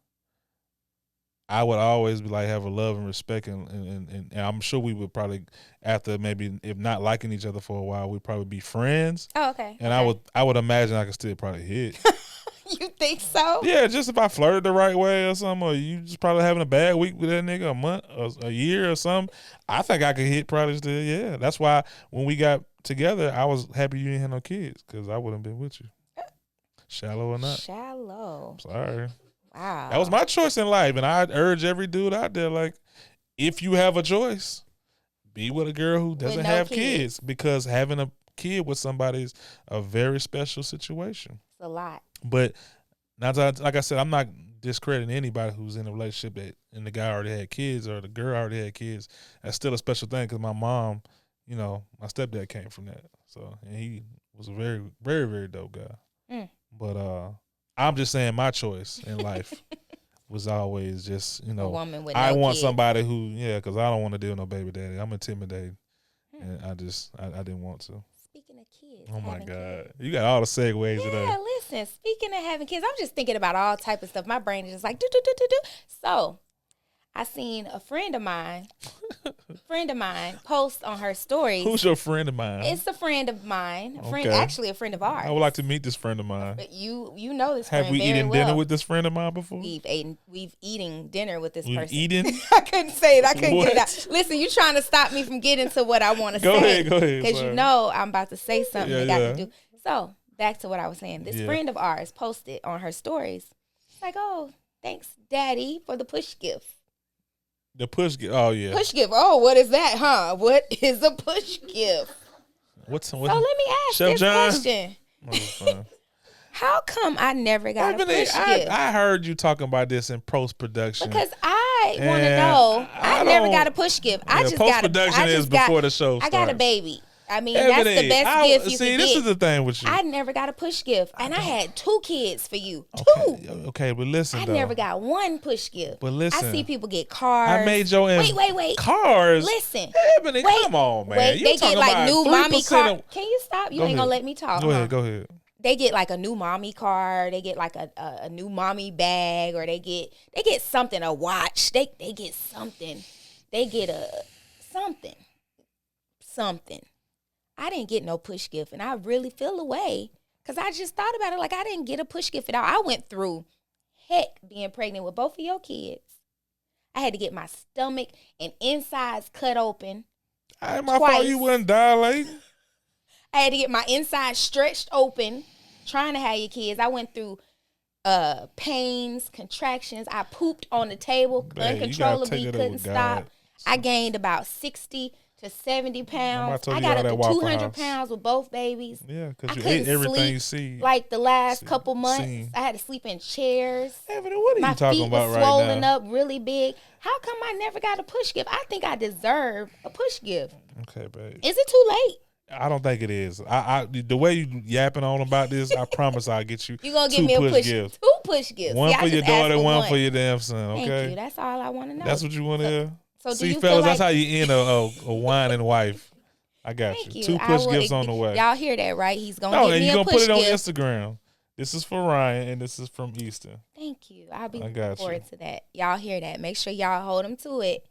B: I would always be like have a love and respect, and and, and, and and I'm sure we would probably after maybe if not liking each other for a while, we'd probably be friends.
C: oh okay.
B: And I would I would imagine I could still probably hit.
C: you think so?
B: Yeah, just if I flirted the right way or something, or you just probably having a bad week with that nigga a month, or a year or something. I think I could hit probably still. Yeah, that's why when we got together, I was happy you didn't have no kids because I wouldn't been with you. Shallow or not,
C: Shallow.
B: sorry.
C: Wow.
B: That was my choice in life, and I urge every dude out there like, if you have a choice, be with a girl who doesn't
C: no
B: have
C: kids.
B: kids because having a kid with somebody is a very special situation.
C: It's a lot.
B: But not to, like I said, I'm not discrediting anybody who's in a relationship that and the guy already had kids or the girl already had kids. That's still a special thing because my mom, you know, my stepdad came from that, so and he was a very, very, very dope guy.
C: Mm.
B: But uh I'm just saying, my choice in life was always just you know,
C: woman with
B: I
C: no
B: want
C: kids.
B: somebody who yeah, because I don't want to deal with no baby daddy. I'm intimidated,
C: Hmm.
B: and I just I, I didn't want to.
C: Speaking of kids.
B: Oh my
C: having kids.
B: god, you got all the segues
C: Yeah,
B: today.
C: listen. Speaking of having kids, I'm just thinking about all type of stuff. My brain is just like do do do do do. So, I seen a friend of mine, friend of mine, post on her stories.
B: Who's your friend of mine?
C: it's a friend of mine, a friend
B: Okay.
C: actually a friend of ours.
B: I would like to meet this friend of mine.
C: But you you know this.
B: Have
C: friend
B: we
C: very
B: eaten
C: well.
B: dinner with this friend of mine before?
C: We've eaten. We've eating dinner with this
B: We've
C: person.
B: eaten?
C: I couldn't say it. I couldn't get it
B: What?
C: out. Listen, you trying to stop me from getting to what I want to
B: Go
C: say.
B: ahead, go ahead,
C: Because you
B: sorry.
C: know I'm about to say something
B: Yeah,
C: that got
B: yeah.
C: to do. So back to what I was saying. This
B: Yeah.
C: friend of ours posted on her stories, like, "Oh, thanks, Daddy, for the push gift."
B: The push gift. Oh yeah.
C: Push gift. Oh, what is that, huh? What is a push gift?
B: What's
C: So
B: what?
C: let me ask
B: Chef
C: this
B: John?
C: question:
B: Oh,
C: How come I never got
B: I,
C: a
B: believe-
C: push
B: I,
C: gift?
B: I heard you talking about this in post production.
C: Because I want to
B: Yeah,
C: know.
B: I
C: I, never
B: don't-
C: got a push gift. I
B: Yeah,
C: just got a
B: post-production
C: I just
B: is
C: got-
B: before the show
C: I got a
B: starts.
C: baby. I mean, that's the best gift you
B: see,
C: can
B: this
C: get.
B: is the thing with you.
C: I never got a push gift, and I, had two kids for you.
B: okay,
C: Two.
B: okay, but listen
C: I
B: though.
C: never got one push gift.
B: But
C: I
B: listen,
C: see people get cars.
B: I made your
C: Wait, wait, wait.
B: Cars.
C: Listen.
B: Ebony, come on, man.
C: Wait,
B: You
C: they
B: talking
C: get like
B: about
C: new mommy
B: 3%
C: car.
B: of-
C: Can you stop? You
B: Go
C: ain't
B: ahead.
C: gonna let me talk.
B: Go
C: huh?
B: ahead, go ahead.
C: They get like a new mommy car. They get like a, a, a new mommy bag, or they get they get something a watch. They they get something. They get a something, something. I didn't get no push gift, and I really feel away because I just thought about it. Like I didn't get a push gift at all. I went through heck being pregnant with both of your kids. I had to get my stomach and insides cut open.
B: I ain't my fault
C: Twice.
B: you wouldn't dilate.
C: I had to get my inside stretched open trying to have your kids. I went through uh pains, contractions. I pooped on the table
B: Man, you gotta
C: uncontrollably,
B: take it up
C: couldn't
B: with
C: stop.
B: God.
C: I gained about 60 to 70 pounds.
B: told
C: I
B: you
C: got
B: all
C: up
B: that
C: to
B: Waffle
C: 200
B: House.
C: pounds with both babies.
B: Yeah,
C: I
B: because you
C: couldn't
B: ate everything
C: sleep
B: you see.
C: like the last
B: See-
C: couple months.
B: seen.
C: I had to sleep in chairs.
B: Ebony, what are
C: My
B: you talking
C: feet
B: about
C: was
B: right
C: swollen
B: now?
C: up really big. How come I never got a push gift? I think I deserve a push gift.
B: Okay, babe.
C: Is it too late?
B: I don't think it is. I, I the way you yapping on about this, I promise I'll get you.
C: You gonna give
B: two
C: me a push,
B: gifts.
C: two push gifts.
B: One
C: See, I
B: for your
C: just asked
B: daughter, one, for
C: one.
B: your damn son. Okay,
C: Thank you. That's all I want to know.
B: that's what you want to hear.
C: so do
B: See,
C: you feel
B: fellas, that's
C: like-
B: how you end a, a, a wine and wife. I got
C: Thank
B: you.
C: you.
B: Two
C: I
B: push
C: will
B: gifts
C: ag-
B: on the way.
C: Y'all hear that, right? He's gonna
B: no,
C: give
B: and
C: me
B: you
C: a
B: gonna put
C: push
B: it on
C: gift.
B: Instagram. This is for Ryan, and this is from Easton.
C: Thank you. I'll be
B: I
C: looking
B: got
C: forward to that. Y'all hear that? Make sure y'all hold him to it.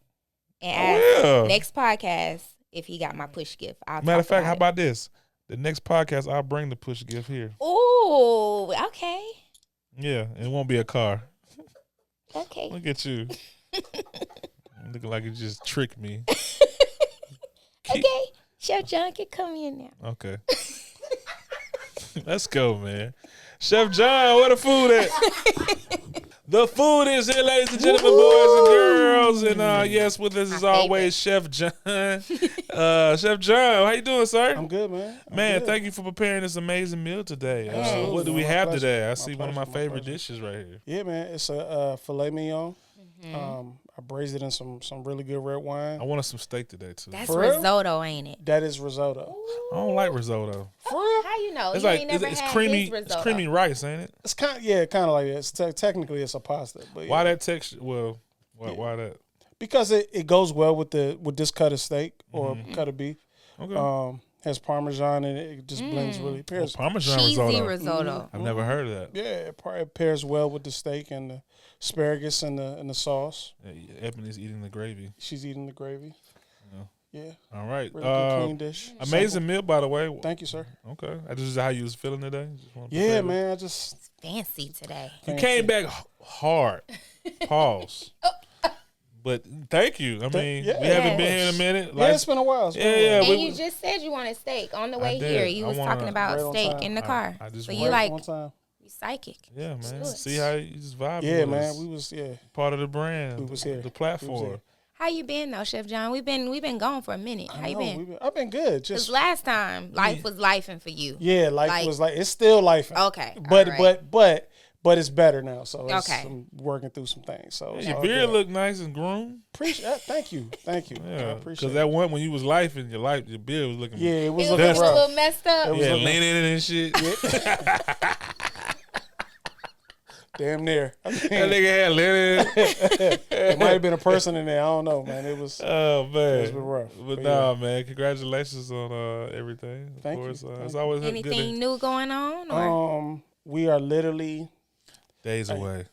C: And
B: I
C: ask
B: will.
C: next podcast if he got my push gift. I'll
B: Oh, Matter
C: talk
B: of fact, how
C: about
B: about this? The next podcast, I'll bring the push gift here.
C: it. Ooh, okay,
B: Yeah, it won't be a car.
C: okay.
B: Look at you. Looking like you just tricked me. Keep-
C: Okay, Chef John can come in now.
B: Okay. Let's go, man. Chef John, where the food at? the food is here, ladies and gentlemen, boys and girls. And uh yes, with us as
C: My
B: always, Chef John. Uh Chef John, how you doing, sir?
D: I'm good, man. I'm
B: Man,
D: good.
B: thank you for preparing this amazing meal today. Uh,
C: Absolutely,
B: what do
D: man.
B: we
D: My
B: have
D: pleasure.
B: today? I
D: My
B: see one of my
D: pleasure, my
B: favorite
D: pleasure.
B: dishes right here.
D: Yeah, man. It's a uh, filet mignon. Um, I braised it in some some really good red
B: I
D: wine.
B: wanted some steak today too.
C: That's
D: For real?
C: risotto, ain't it?
D: That is risotto.
B: I don't like risotto.
C: How you know?
B: It's
C: Oh, you
B: like
C: ain't
B: it's,
C: never
B: it's
C: had
B: creamy.
C: his
B: It's
C: risotto.
B: creamy rice, ain't it?
D: It's kind, yeah, kind of like that. It's te- technically it's a pasta, but yeah.
B: Why that texture? Well, why, why that?
D: because it, it goes well with the with this cut of steak or
B: Mm-hmm.
D: cut of beef.
B: Okay.
D: Um, has parmesan and it. It just blends really
B: Oh,
D: pairs.
B: Parmesan
C: Cheesy
B: risotto.
C: risotto.
B: I've never heard of that.
D: yeah, it, par- it pairs well with the steak and the asparagus and the and the sauce.
B: Yeah, Ebony's eating the gravy.
D: She's eating the gravy. Yeah,
B: All right.
D: really
B: Uh,
D: good clean dish.
B: amazing meal, by the way.
D: Simple. Thank you, sir.
B: Okay. This is how you was feeling today. Just wanna
D: Yeah,
B: prepare
D: man. I just
C: Mm-hmm. Fancy today.
B: this. You came back h- hard. Pause. but thank you. I mean,
D: yeah,
B: we haven't
C: of
B: been here in a
D: course.
B: minute.
D: yeah,
B: Like,
D: it's been a while. It's been
B: Yeah,
D: a while.
B: yeah,
C: And
B: we-
C: you just said you wanted steak on the way
B: did.
C: here. You
B: I
C: was
B: wanna-
C: talking about
D: Right on
C: steak
D: time.
C: in the
B: I-
C: car.
B: I just
C: so
B: wanna-
C: you like
D: one time.
C: you psychic.
B: yeah, man.
C: do it.
B: See how you just vibe.
D: Yeah,
B: with
D: man.
B: us.
D: We was yeah.
B: part of the brand.
D: We was here. We
B: The
D: was
B: platform.
D: here.
C: How you been though, Chef John? We've been we've been gone for a minute. How you
D: No, we
C: been?
D: been- I've been good.
C: Because
D: Just
C: last time life was life and for you.
D: yeah, life
C: like-
D: was like it's still life.
C: Okay, all
D: But
C: right.
D: but but but it's better now. So it's,
C: Okay.
D: I'm working through some things. So it's
B: Your
D: all
B: beard
D: good.
B: look nice and groomed.
D: Appreciate. uh, Thank you. Thank you. I
B: Yeah,
D: appreciate.
B: because
D: That,
B: that one when you was life in your life, your beard was looking.
D: yeah, it was
C: It was
D: looking
C: a
D: rough.
C: little messed up.
D: was
B: yeah,
D: looking-
B: leaning and shit.
D: Damn near. I think
B: That
D: it
B: nigga had leaning.
D: might have been a person in there. I don't know, man. It was.
B: Oh man,
D: been rough,
B: But,
D: but
B: nah, man, congratulations on uh, everything. Of
D: Thank you,
B: course, Uh,
D: thank
B: it's
D: you.
B: always a
C: Anything
B: good
C: new going on? Or
D: Um, we are literally.
B: days away.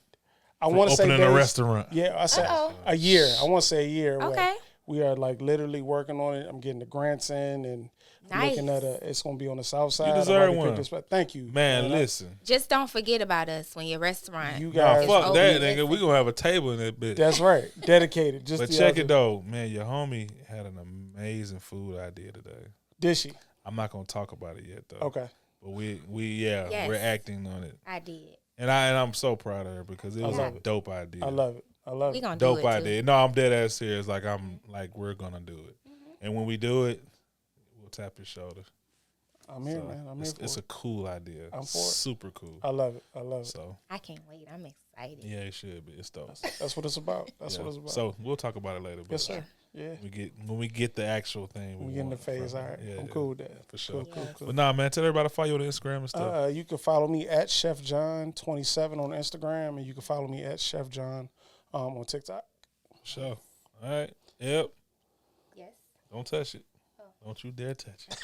D: I want to say
B: opening a
D: days-
B: restaurant.
D: Yeah, I said
C: Uh-oh.
D: a year. I want to say a year. away.
C: Okay.
D: We are like literally working on it. I'm getting the grants in and looking
C: Nice.
D: at a. It's gonna be on the south side. I've
B: deserve
D: already picked
B: one.
D: this- but Thank you,
B: Man,
D: I-
B: listen,
C: just don't forget about us when your restaurant.
D: You
B: nah,
D: guys,
B: fuck
C: over
B: that,
C: with.
B: nigga. We gonna have a table in that bitch.
D: that's right. Dedicated. Just
B: but
D: the
B: check
D: other-
B: it though, man. Your homie had an amazing food idea today.
D: Dishy.
B: I'm not gonna talk about it yet though.
D: Okay.
B: But we we yeah
C: Yes.
B: we're acting on it,
C: I did.
B: and I and I'm so proud of her because it was a
D: love it.
B: dope idea.
D: I love it. I love
C: We
D: it.
C: gonna
B: dope
C: do it too.
B: idea. No, I'm dead ass serious. Like I'm like we're gonna do it,
C: Mm-hmm.
B: and when we do it, we'll tap your shoulder.
D: I'm here,
B: So,
D: man. I'm
B: it's,
D: here for
B: it's
D: it.
B: a cool idea.
D: I'm for it. Oh.
B: Super cool.
D: I love it. I love it.
B: So
C: I can't wait. I'm excited.
B: yeah, it should be. It's dope.
D: That's what it's about. That's
B: Yeah.
D: what it's about.
B: So we'll talk about it later. But
D: yes, sir. Yeah.
B: We get when we get the actual thing.
D: We get in the
B: want from
D: phase.
B: it.
D: All right.
B: Yeah,
D: I'm
B: yeah,
D: cool with that.
B: for sure.
D: Cool, cool, cool.
B: But nah, man, tell everybody to follow you on Instagram and stuff.
D: Uh, you can follow me at Chef John twenty seven on Instagram, and you can follow me at Chef John um, on TikTok.
B: for sure. All right. Yep.
C: Yes.
B: Don't touch it. Don't you dare touch it.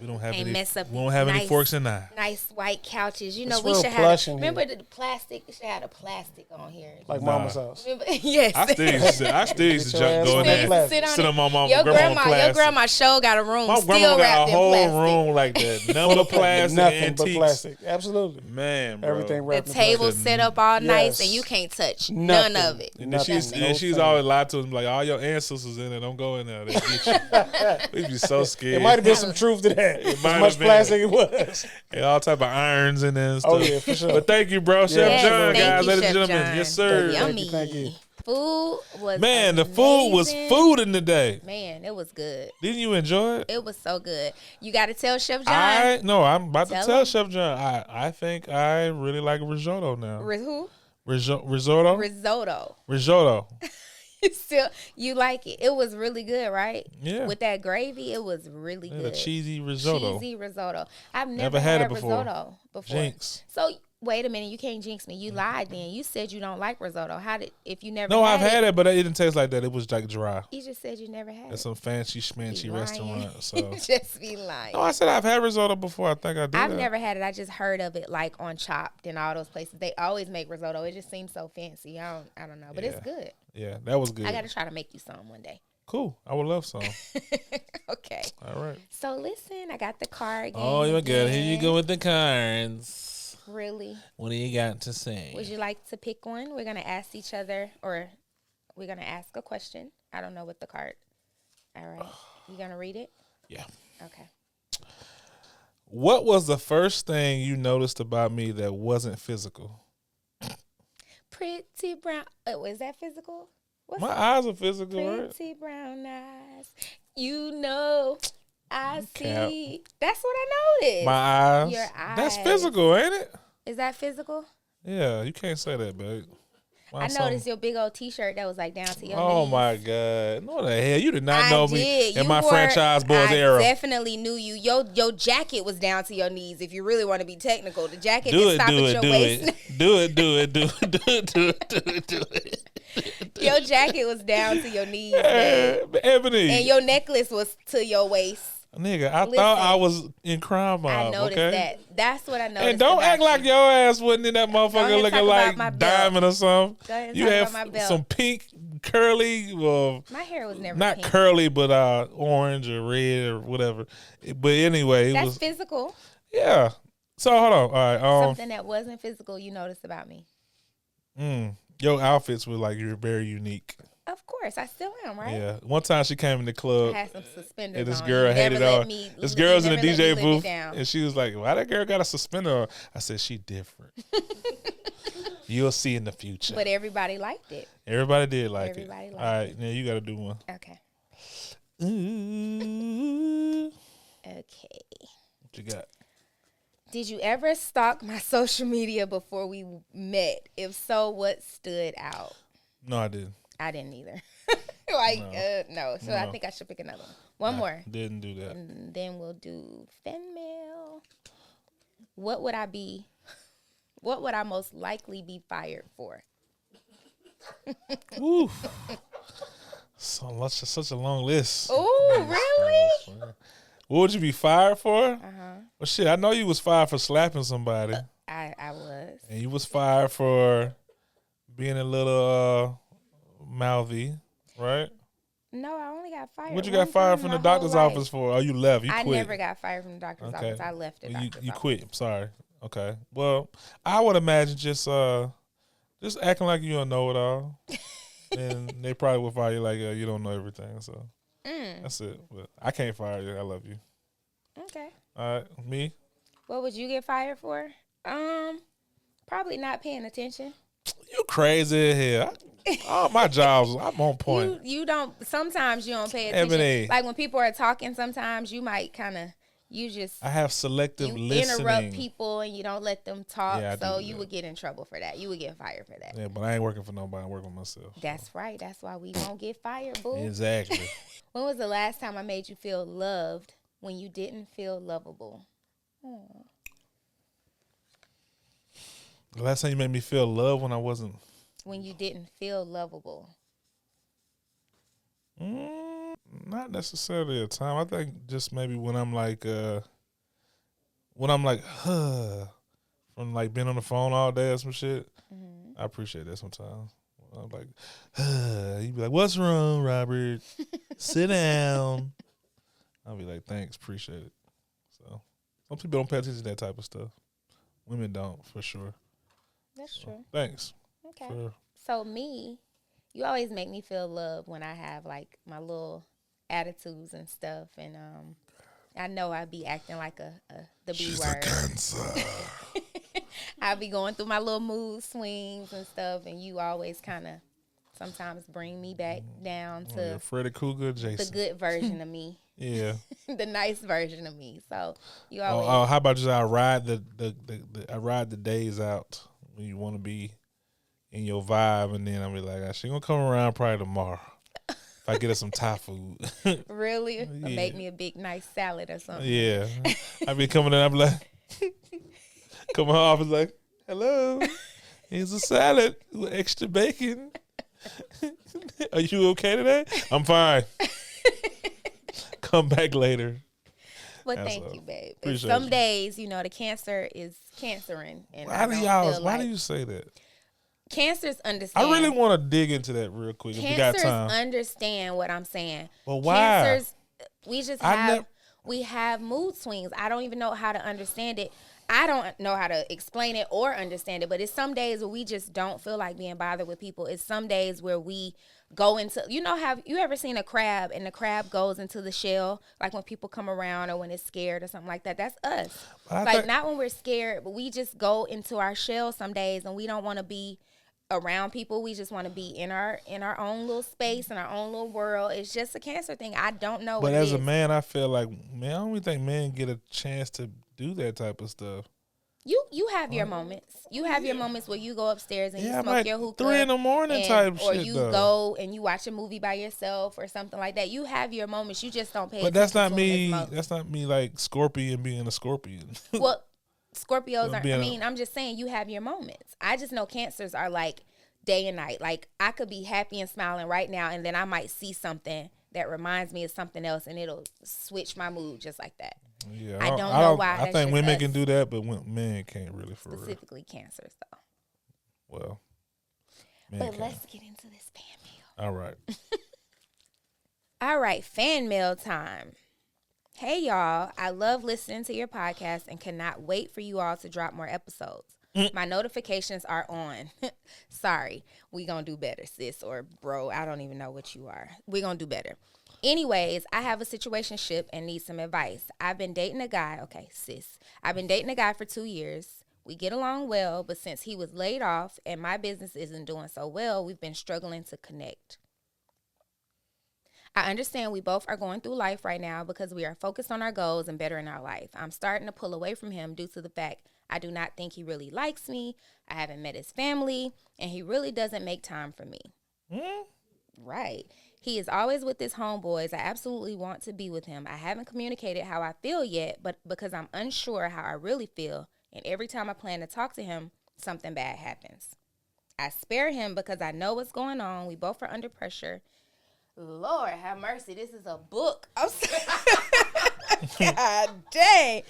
B: we don't have
C: Oh. Can't
B: any.
C: mess up
B: we don't have any
C: nice-
B: forks and knives.
C: Nice white couches. You know
D: It's
C: we
D: real
C: should
D: plush
C: have.
D: in
C: Remember
D: here.
C: the plastic? We should have a plastic on here.
D: Like
B: Nah.
D: Mama's house.
C: Remember- yes.
B: I still used to, I still used to
D: Get your
B: jump,
D: ass
B: go
D: on
B: in
D: that
B: there.
D: plastic.
C: Sit on
B: Sit
C: it.
B: on my mama-
C: Your
B: grandma on
C: grandma, your
B: plastic.
C: grandma show got a room
B: My
C: still
B: grandma got
C: wrapped
B: a whole
C: in plastic.
B: room like that, number plastic,
D: Nothing
B: antiques,
D: but plastic. Absolutely.
B: man, bro.
D: Everything
C: The
D: wrapped in plastic.
B: Couldn't-
C: table set up all nice, and
D: Yes.
C: you can't touch
D: Nothing.
C: none of it.
B: And then she's
D: Nothing.
B: and
D: No
B: she's
D: thing.
B: always lied to him like all your ancestors in there. Don't go in there. They get you. We'd be so scared.
D: It might have been some truth to that. As
B: might
D: much
B: have been.
D: plastic it was.
B: and all type of irons in there and stuff.
D: Oh, yeah, for sure.
B: But thank you, bro, Chef
C: Yes,
B: John,
C: thank
B: guys,
C: you,
B: ladies and
C: Chef
B: gentlemen.
C: John.
B: Yes, sir.
D: Thank
C: Yummy.
D: you, thank you.
C: Food was
B: Man, the food was
C: amazing.
B: food in the day.
C: Man, it was good.
B: Didn't you enjoy it?
C: It was so good. You got to tell Chef John.
B: I no, I'm about
C: Tell
B: to tell
C: him.
B: Chef John. I I think I really like risotto now.
C: Ris- who?
B: Riso- risotto,
C: Risotto.
B: risotto.
C: Still, you like it. It was really good, right?
B: Yeah.
C: With that gravy, it was really
B: Yeah,
C: good.
B: the cheesy risotto.
C: Cheesy risotto. I've never,
B: Never had
C: had,
B: it before.
C: risotto before.
B: Jinx.
C: So wait a minute, you can't jinx me. You lied then. You said you don't like risotto. How did if you never
B: Mm-hmm. No,
C: had
B: I've had it, but it didn't taste like that. It was like dry
C: You just said you never had
B: at
C: it.
B: some fancy schmancy
C: You lying.
B: restaurant. So
C: just be lying.
B: No, I said I've had risotto before. I think I did.
C: I've never had it. I just heard of it like on Chopped and all those places. They always make risotto. It just seems so fancy. I don't I don't know. But
B: Yeah.
C: it's good.
B: Yeah, that was good.
C: I gotta try to make you some one day.
B: cool. I would love some.
C: Okay.
B: All right.
C: So listen, I got the card.
B: Oh,
C: game
B: you good. Here you
C: again.
B: go with the cards.
C: Really?
B: What do you got to say?
C: Would you like to pick one? We're gonna ask each other, or we're gonna ask a question. I don't know what the card. All right. You going to read it?
B: Yeah.
C: Okay.
B: What was the first thing you noticed about me that wasn't physical?
C: Pretty brown. Oh, is that physical? What's
B: My eyes are physical, right?
C: Pretty brown eyes. You know, I
B: Cap.
C: see. That's what I noticed.
B: My eyes.
C: Your
B: That's
C: eyes.
B: physical, ain't it?
C: Is that physical?
B: Yeah, you can't say that, babe. Why
C: I
B: something-
C: noticed your big old T-shirt that was like down to your
B: Oh
C: knees.
B: my God! No, the hell you did not
C: I
B: know me
C: did.
B: in
C: You
B: my
C: were-
B: franchise boys
C: I
B: era.
C: definitely knew you. Your your jacket was down to your knees. If you really want to be technical, the jacket
B: do
C: didn't
B: it,
C: stop
B: do
C: at
B: it,
C: your
B: do
C: waist.
B: it, do it, do it, do it, do it, do it, do it, do it.
C: your jacket was down to your knees, babe.
B: Eh, Ebony,
C: and your necklace was to your waist.
B: nigga, I
C: Listen.
B: thought I was in crime mob.
C: I noticed
B: Oh, okay?
C: that. That's what I noticed.
B: And don't
C: about
B: act like
C: you.
B: your ass wasn't in that
C: ahead
B: motherfucker
C: and talk
B: looking
C: about
B: like
C: my belt.
B: diamond or something.
C: Go ahead and
B: you
C: talk
B: have
C: about my
B: f-
C: belt.
B: some pink curly, well,
C: my hair was never
B: not
C: pink.
B: curly, but uh, orange or red or whatever. But anyway, it
C: That's
B: was
C: physical.
B: yeah. So hold on, all right. Um,
C: Something that wasn't physical, you noticed about me.
B: Mm. Your outfits were like you're very unique.
C: Of course, I still am, right?
B: Yeah. One time she came in the
C: I
B: club
C: had some suspenders
B: and this
C: on.
B: girl
C: You
B: hated
C: never let
B: on.
C: me-
B: This
C: you
B: girl's in the
C: never
B: DJ
C: let me live it
B: booth
C: down.
B: and she was like, "Why that girl got a suspender on?" I said, "She different. You'll see in the future."
C: But everybody liked it.
B: everybody did like
C: everybody
B: it.
C: liked
B: All right, now you got to do one.
C: Okay.
B: Ooh.
C: Okay.
B: What you got?
C: Did you ever stalk my social media before we met? If so, what stood out?
B: No, I didn't.
C: I didn't either. like,
B: No.
C: no. Uh, no. So I
B: No.
C: think I should pick another one. One more.
B: Didn't do that.
C: And then we'll do fan mail. What would I be? What would I most likely be fired for?
B: Woo. So much, such a long list.
C: Oh, really?
B: What would you be fired for?
C: Uh-huh.
B: Well, shit, I know you was fired for slapping somebody,
C: I, I was.
B: and you was fired for being a little uh, mouthy, right?
C: No, I only got fired.
B: What you
C: one
B: got fired
C: time
B: from
C: my
B: the
C: whole
B: doctor's
C: life.
B: office for? Oh, you left. You
C: I
B: quit.
C: never got fired from the doctor's office. I left the
B: Well, you,
C: doctor's
B: you
C: office.
B: quit. I'm sorry. Okay. Well, I would imagine just uh, just acting like you don't know it all, and they probably would fire you like uh, you don't know everything. So
C: Mm.
B: that's it. But I can't fire you. I love you.
C: Okay.
B: All right, me.
C: What would you get fired for? Um, probably not paying attention.
B: You crazy as hell. I- All my jobs, I'm on point.
C: You you don't. Sometimes you don't pay attention.
B: Ebony.
C: Like when people are talking, sometimes you might kind of you just
B: I have selective
C: you
B: listening.
C: interrupt people and you don't let them talk.
B: Yeah, I
C: so
B: do
C: you
B: that.
C: would get in trouble for that. You would get fired for that.
B: Yeah, but I ain't working for nobody. I'm working for myself.
C: That's right. That's why we won't get fired, boo.
B: Exactly.
C: When was the last time I made you feel loved when you didn't feel lovable?
B: the last time you made me feel love when I wasn't.
C: When you didn't feel lovable?
B: Mm, not necessarily a time. I think just maybe when I'm like, uh when I'm like, huh, from like being on the phone all day or some shit.
C: Mm-hmm.
B: I appreciate that sometimes. I'm like, huh. You'd be like, what's wrong, Robert? Sit down. I'll be like, thanks, appreciate it. So some people don't pay attention to that type of stuff. Women don't, for sure.
C: That's true.
B: Thanks.
C: Okay.
B: For,
C: So me, you always make me feel loved when I have like my little attitudes and stuff, and um, I know I be acting like a, a the B word. I be going through my little mood swings and stuff, and you always kind of sometimes bring me back down
B: Mm. Oh, yeah,
C: to
B: Freddy Cougar,
C: the
B: Jason.
C: good version of me,
B: Yeah.
C: the nice version of me. So you
B: Oh,
C: always
B: oh, how about just I ride the, the, the, the I ride the days out when you want to be in your vibe, and then I'll be like, "Ah, she gonna come around probably tomorrow if I get her some Thai food.
C: really make
B: uh, yeah.
C: me a big nice salad or something.
B: yeah, I be coming in, I'm like, come off, it's like, hello, here's a salad with extra bacon. Are you okay today? I'm fine. come back later.
C: But
B: That's
C: thank
B: a-
C: you, babe. But
B: appreciate
C: Some
B: you.
C: days, you know, the cancer is cancering, and
B: Why
C: I
B: do
C: don't
B: y'all?
C: feel
B: Why
C: like
B: do you say that?
C: cancers understand?
B: I really want to dig into that real quick if we got
C: cancers
B: time.
C: understand what I'm saying.
B: But why?
C: Cancers, we just
B: I
C: have
B: nev-
C: we have mood swings. I don't even know how to understand it. I don't know how to explain it or understand it, but it's some days where we just don't feel like being bothered with people. It's some days where we go into you know have you ever seen a crab and the crab goes into the shell like when people come around or when it's scared or something like that that's us
B: I
C: like
B: think-
C: not when we're scared but we just go into our shell some days and we don't want to be around people we just want to be in our in our own little space in our own little world it's just a cancer thing i don't know
B: But
C: what
B: as
C: it
B: a
C: is.
B: man, I feel like man, I don't even think men get a chance to do that type of stuff.
C: You you have your moments. You have your moments where you go upstairs and you
B: Yeah, I'm
C: smoke
B: like
C: your hookah.
B: three in the morning type
C: Or
B: shit,
C: you
B: though.
C: go and you watch a movie by yourself or something like that. You have your moments. You just don't pay.
B: But that's not
C: attention to 'em
B: me.
C: as much.
B: That's not me like scorpion being a scorpion.
C: Well, Scorpios are.
B: being
C: I
B: a-
C: mean, I'm just saying you have your moments. I just know cancers are like day and night. Like I could be happy and smiling right now, and then I might see something that reminds me of something else, and it'll switch my mood just like that.
B: yeah,
C: I don't know why,
B: I
C: that's
B: think
C: just
B: women
C: us.
B: can do that, but when, men can't really for real.
C: Specifically, cancers though.
B: Well,
C: But
B: men can.
C: let's get into this fan mail.
B: All right.
C: All right, fan mail time. Hey y'all, I love listening to your podcast and cannot wait for you all to drop more episodes. My notifications are on. Sorry, we gonna do better, sis or bro. I don't even know what you are. we gonna do better. Anyways, I have a situationship and need some advice. I've been dating a guy, okay, sis. I've been dating a guy for two years. We get along well, but since he was laid off and my business isn't doing so well, we've been struggling to connect. I understand we both are going through life right now because we are focused on our goals and bettering our life. I'm starting to pull away from him due to the fact I do not think he really likes me. I haven't met his family, and he really doesn't make time for me. Right. He is always with his homeboys. I absolutely want to be with him. I haven't communicated how I feel yet, but because I'm unsure how I really feel, and every time I plan to talk to him, something bad happens. I spare him because I know what's going on. We both are under pressure. Lord have mercy, this is a book. I'm sorry. God dang.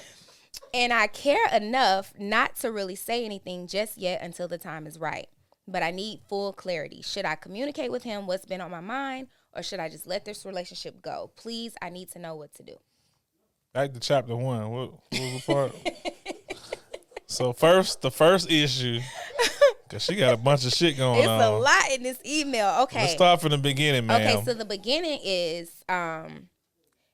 C: And I care enough not to really say anything just yet until the time is right. But I need full clarity. Should I communicate with him what's been on my mind or should I just let this relationship go? Please, I need to know what to do.
B: Back to chapter one. What, what was the part? so first, the first issue, because she got a bunch of shit going
C: It's
B: on.
C: a lot in this email. Okay.
B: Let's start from the beginning, man.
C: Okay, so the beginning is um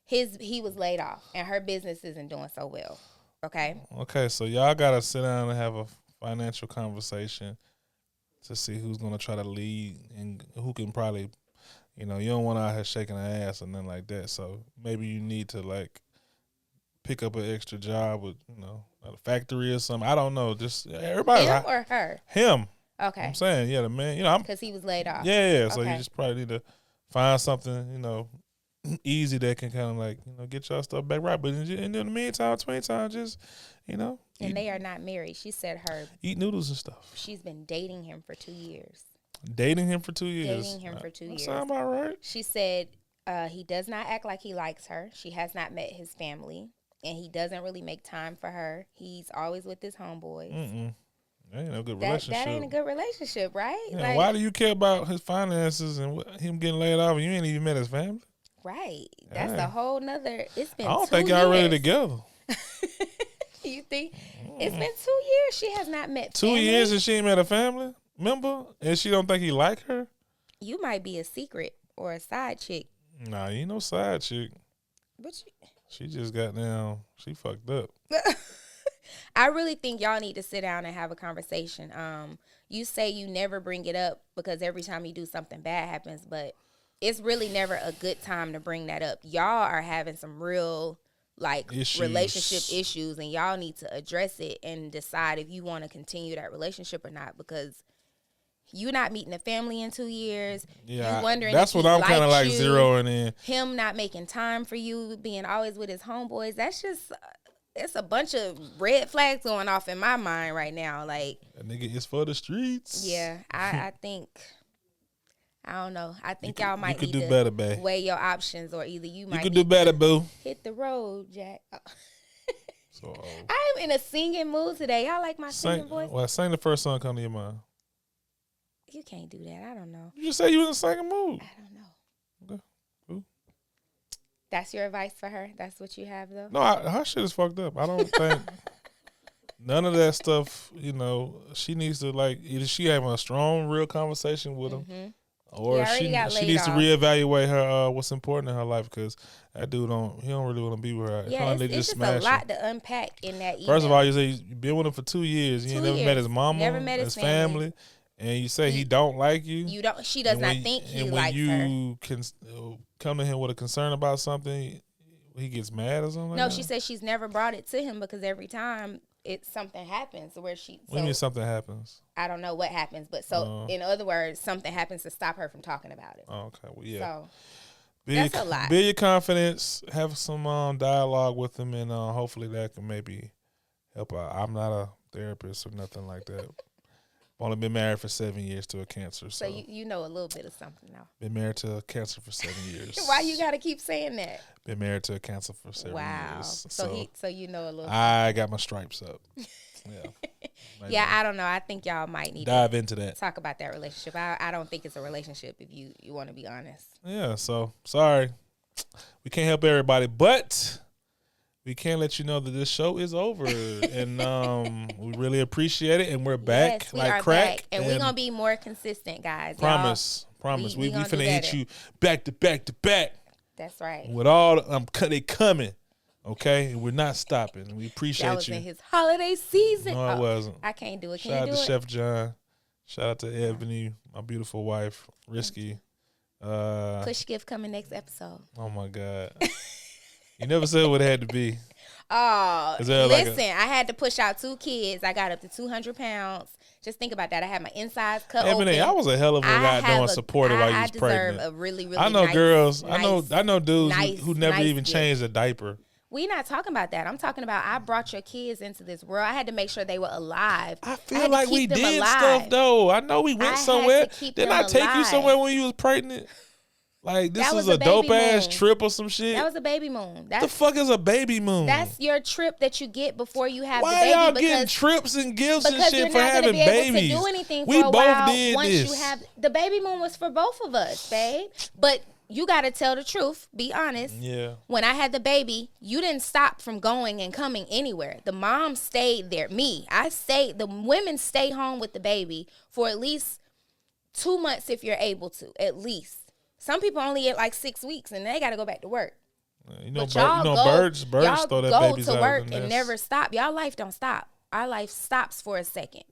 C: his he was laid off and her business isn't doing so well. Okay?
B: Okay, so y'all gotta sit down and have a financial conversation to see who's gonna try to lead and who can probably, you know, you don't want out here shaking her ass and nothing like that. So maybe you need to like pick up an extra job with you know at a factory or something. I don't know. Just everybody
C: Him
B: I-
C: or her?
B: him.
C: Okay.
B: I'm saying yeah, the man. You know, I'm
C: Because he was laid off.
B: yeah, yeah. So you
C: Okay.
B: just probably need to find something you know easy that can kind of like you know get y'all stuff back right. But in, in the meantime, twenty times, just you know.
C: And
B: eat-
C: they are not married. She said her
B: eat noodles and stuff.
C: she's been dating him for two years.
B: Dating him for two years.
C: Dating him for two
B: That
C: years.
B: Sound about right?
C: She said uh, he does not act like he likes her. She has not met his family. And he doesn't really make time for her. He's always with his homeboys.
B: Mm-mm. That ain't no good
C: That,
B: Mm, relationship.
C: that ain't a good relationship, right?
B: Yeah,
C: Like-
B: why do you care about his finances and wh- him getting laid off? and You ain't even met his family.
C: Right. That's
B: Yeah.
C: a whole nother. It's been.
B: I don't
C: two
B: think y'all really
C: years.
B: together.
C: You think it's been two years? She has not met.
B: Mm. Two
C: family?
B: years and she ain't met a family member, and she don't think he like her.
C: You might be a secret or a side chick,
B: Nah, you ain't no side chick.
C: but you,
B: She just got down. She fucked up.
C: I really think y'all need to sit down and have a conversation. Um, you say you never bring it up because every time you do something bad happens, but it's really never a good time to bring that up. Y'all are having some real like
B: Issues.
C: relationship issues and y'all need to address it and decide if you want to continue that relationship or not because you not meeting the family in two years.
B: Yeah,
C: you
B: I-
C: wondering
B: that's
C: if
B: what
C: he
B: I'm kind of
C: likes
B: like
C: you.
B: zeroing in.
C: Him not making time for you, being always with his homeboys. That's just it's a bunch of red flags going off in my mind right now. Like,
B: That nigga is for the streets.
C: yeah, I, I think I don't know. I think y'all
B: you
C: might
B: could
C: need
B: do
C: to
B: better, bae.
C: weigh your options, or either you
B: you
C: might
B: could do
C: need
B: better, boo.
C: to hit the road, Jack. Oh,
B: So, uh,
C: I am in a singing mood today. Y'all like my
B: sing,
C: singing voice?
B: well, sing the first song come to your mind.
C: You can't do that. I don't know.
B: You just say you in the second mood.
C: I don't know.
B: Okay, cool.
C: That's your advice for her. That's what you have, though.
B: No, I, her shit is fucked up. I don't think none of that stuff. You know, she needs to like either she having a strong, real conversation with him, or
C: Mm-hmm. Yeah, I already
B: she
C: got
B: she
C: laid
B: needs to
C: off.
B: reevaluate her uh, what's important in her life because that dude don't he don't really want to be with her.
C: Yeah,
B: Kinda
C: it's,
B: need
C: it's
B: to
C: just
B: smash
C: a
B: him.
C: lot to unpack in that email.
B: First of all, you say you've been with him for two years. You ain't
C: Two
B: never met
C: years.
B: his mama,
C: Never met his
B: family.
C: family.
B: and you say he don't like you.
C: you don't. She does
B: and
C: not
B: when-
C: think he
B: and
C: likes
B: when
C: her.
B: you can uh, come to him with a concern about something, he gets mad or something.
C: No,
B: like
C: she
B: that?
C: said she's never brought it to him because every time it something happens where she.
B: What do you mean
C: so
B: something happens?
C: I don't know what happens, but
B: Uh-huh.
C: so in other words, something happens to stop her from talking about it.
B: Oh, okay, well, yeah.
C: So
B: Build
C: that's
B: your,
C: a lot.
B: Build your confidence. Have some um, dialogue with him, and uh, hopefully that can maybe help out. I'm not a therapist or nothing like that. Only been married for seven years to a cancer, so,
C: so you, you know a little bit of something now.
B: been married to a cancer for seven years.
C: Why you gotta keep saying that?
B: Been married to a cancer for seven
C: Wow.
B: years.
C: So, he so you know a little.
B: I got my stripes up. Yeah.
C: yeah, I don't know. I think y'all might need to
B: Dive into that.
C: talk about that relationship. I, I don't think it's a relationship if you you want to be honest.
B: Yeah, so sorry. We can't help everybody, but we can let you know that this show is over. and um we really appreciate it. And we're back
C: yes, we
B: like
C: are
B: crack.
C: back, and, we're gonna be more consistent, guys. Y'all-
B: promise. Promise.
C: we-
B: We,
C: we
B: we,
C: gonna do
B: finna hit
C: better.
B: you back to back to back
C: That's right.
B: with all the, um co- they coming. Okay? And we're not stopping. We
C: That was
B: appreciate
C: in
B: you.
C: his holiday season.
B: No, it
C: Oh,
B: wasn't.
C: I can't do it. Can
B: Shout out
C: you
B: to
C: do it?
B: Chef John. Shout out to Ebony, my beautiful wife, Risky. Uh,
C: Push gift coming next episode.
B: oh my God. you never said what it had to be.
C: Oh,
B: Is there like a-
C: listen, I had to push out two kids. I got up to 200 pounds. Just think about that. I had my insides cut
B: Ebony,
C: open.
B: I was a hell of a
C: I
B: guy
C: have
B: doing
C: a-
B: supporter
C: I-
B: while you
C: I
B: was
C: deserve
B: pregnant.
C: A really, really
B: I know
C: nice-
B: girls. I know
C: nice-
B: I know dudes who-
C: nice-
B: who never
C: nice
B: even
C: gift.
B: changed a diaper.
C: We not talking about that. I'm talking about I brought your kids into this world. I had to make sure they were alive.
B: I
C: had
B: feel
C: to
B: like
C: keep
B: we
C: them
B: did
C: alive.
B: stuff though. I know we
C: I
B: went
C: had to
B: somewhere.
C: keep
B: Didn't I
C: them
B: take you
C: alive.
B: somewhere when you was pregnant? Like this
C: That
B: is
C: was
B: a,
C: a baby
B: dope ass
C: moon.
B: trip or some shit.
C: That was a baby moon.
B: what the
C: That's
B: fuck is a baby moon?
C: that's your trip that you get before you have
B: Why
C: the baby
B: y'all getting
C: because
B: trips and gifts and
C: because
B: shit
C: you're
B: for
C: not
B: having
C: gonna be able
B: babies?
C: to do anything for
B: we
C: a
B: both
C: while
B: did
C: once
B: this.
C: you have the baby moon was for both of us, babe. But you gotta tell the truth. Be honest.
B: yeah.
C: When I had the baby, you didn't stop from going and coming anywhere. The mom stayed there. Me, I stayed. The women stay home with the baby for at least two months if you're able to. At least some people only get like six weeks and they got to go back to work.
B: You know,
C: But
B: bir-
C: y'all
B: you know
C: go,
B: birds birds
C: y'all
B: throw that
C: go
B: babies
C: to
B: out
C: work
B: nest.
C: and never stop. Y'all life don't stop. Our life stops for a second.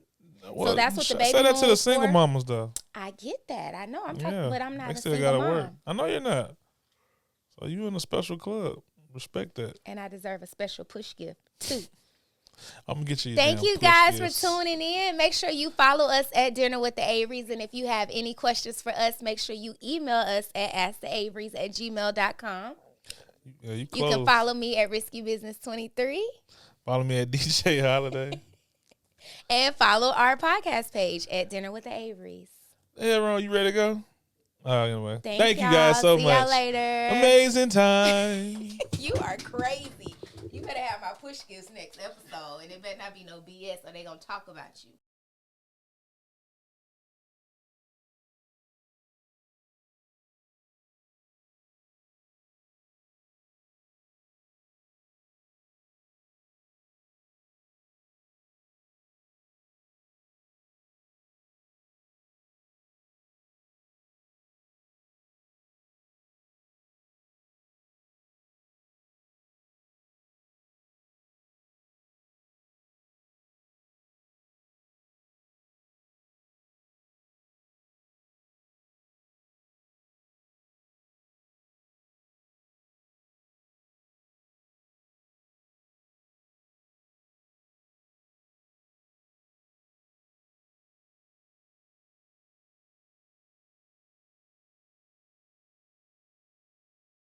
B: Well,
C: that's what the
B: sh-
C: baby
B: Say that to
C: moon
B: the
C: was
B: single
C: for.
B: mamas though.
C: I get that. I know. I'm talking,
B: yeah,
C: but I'm not
B: they
C: a
B: still
C: single
B: gotta
C: mom,
B: work. I know you're not. So you in a special club. Respect that.
C: and I deserve a special push gift too.
B: I'm gonna get you. your
C: Thank
B: damn
C: you
B: push
C: guys for
B: gifts.
C: tuning in. Make sure you follow us at Dinner with the Averys. And if you have any questions for us, make sure you email us at asktheaverys at gmail.com.
B: Yeah, you,
C: You
B: close.
C: can follow me at Risky Business 23
B: Follow me at DJ Holiday.
C: and follow our podcast page at Dinner with the Averys.
B: yeah, Ron, you ready to go? Oh, anyway,
C: Thank,
B: you guys
C: y'all.
B: so
C: See
B: much.
C: y'all later.
B: Amazing time.
C: You are crazy. You better have my push gifts next episode, and it better not be no BS, or they gonna talk about you.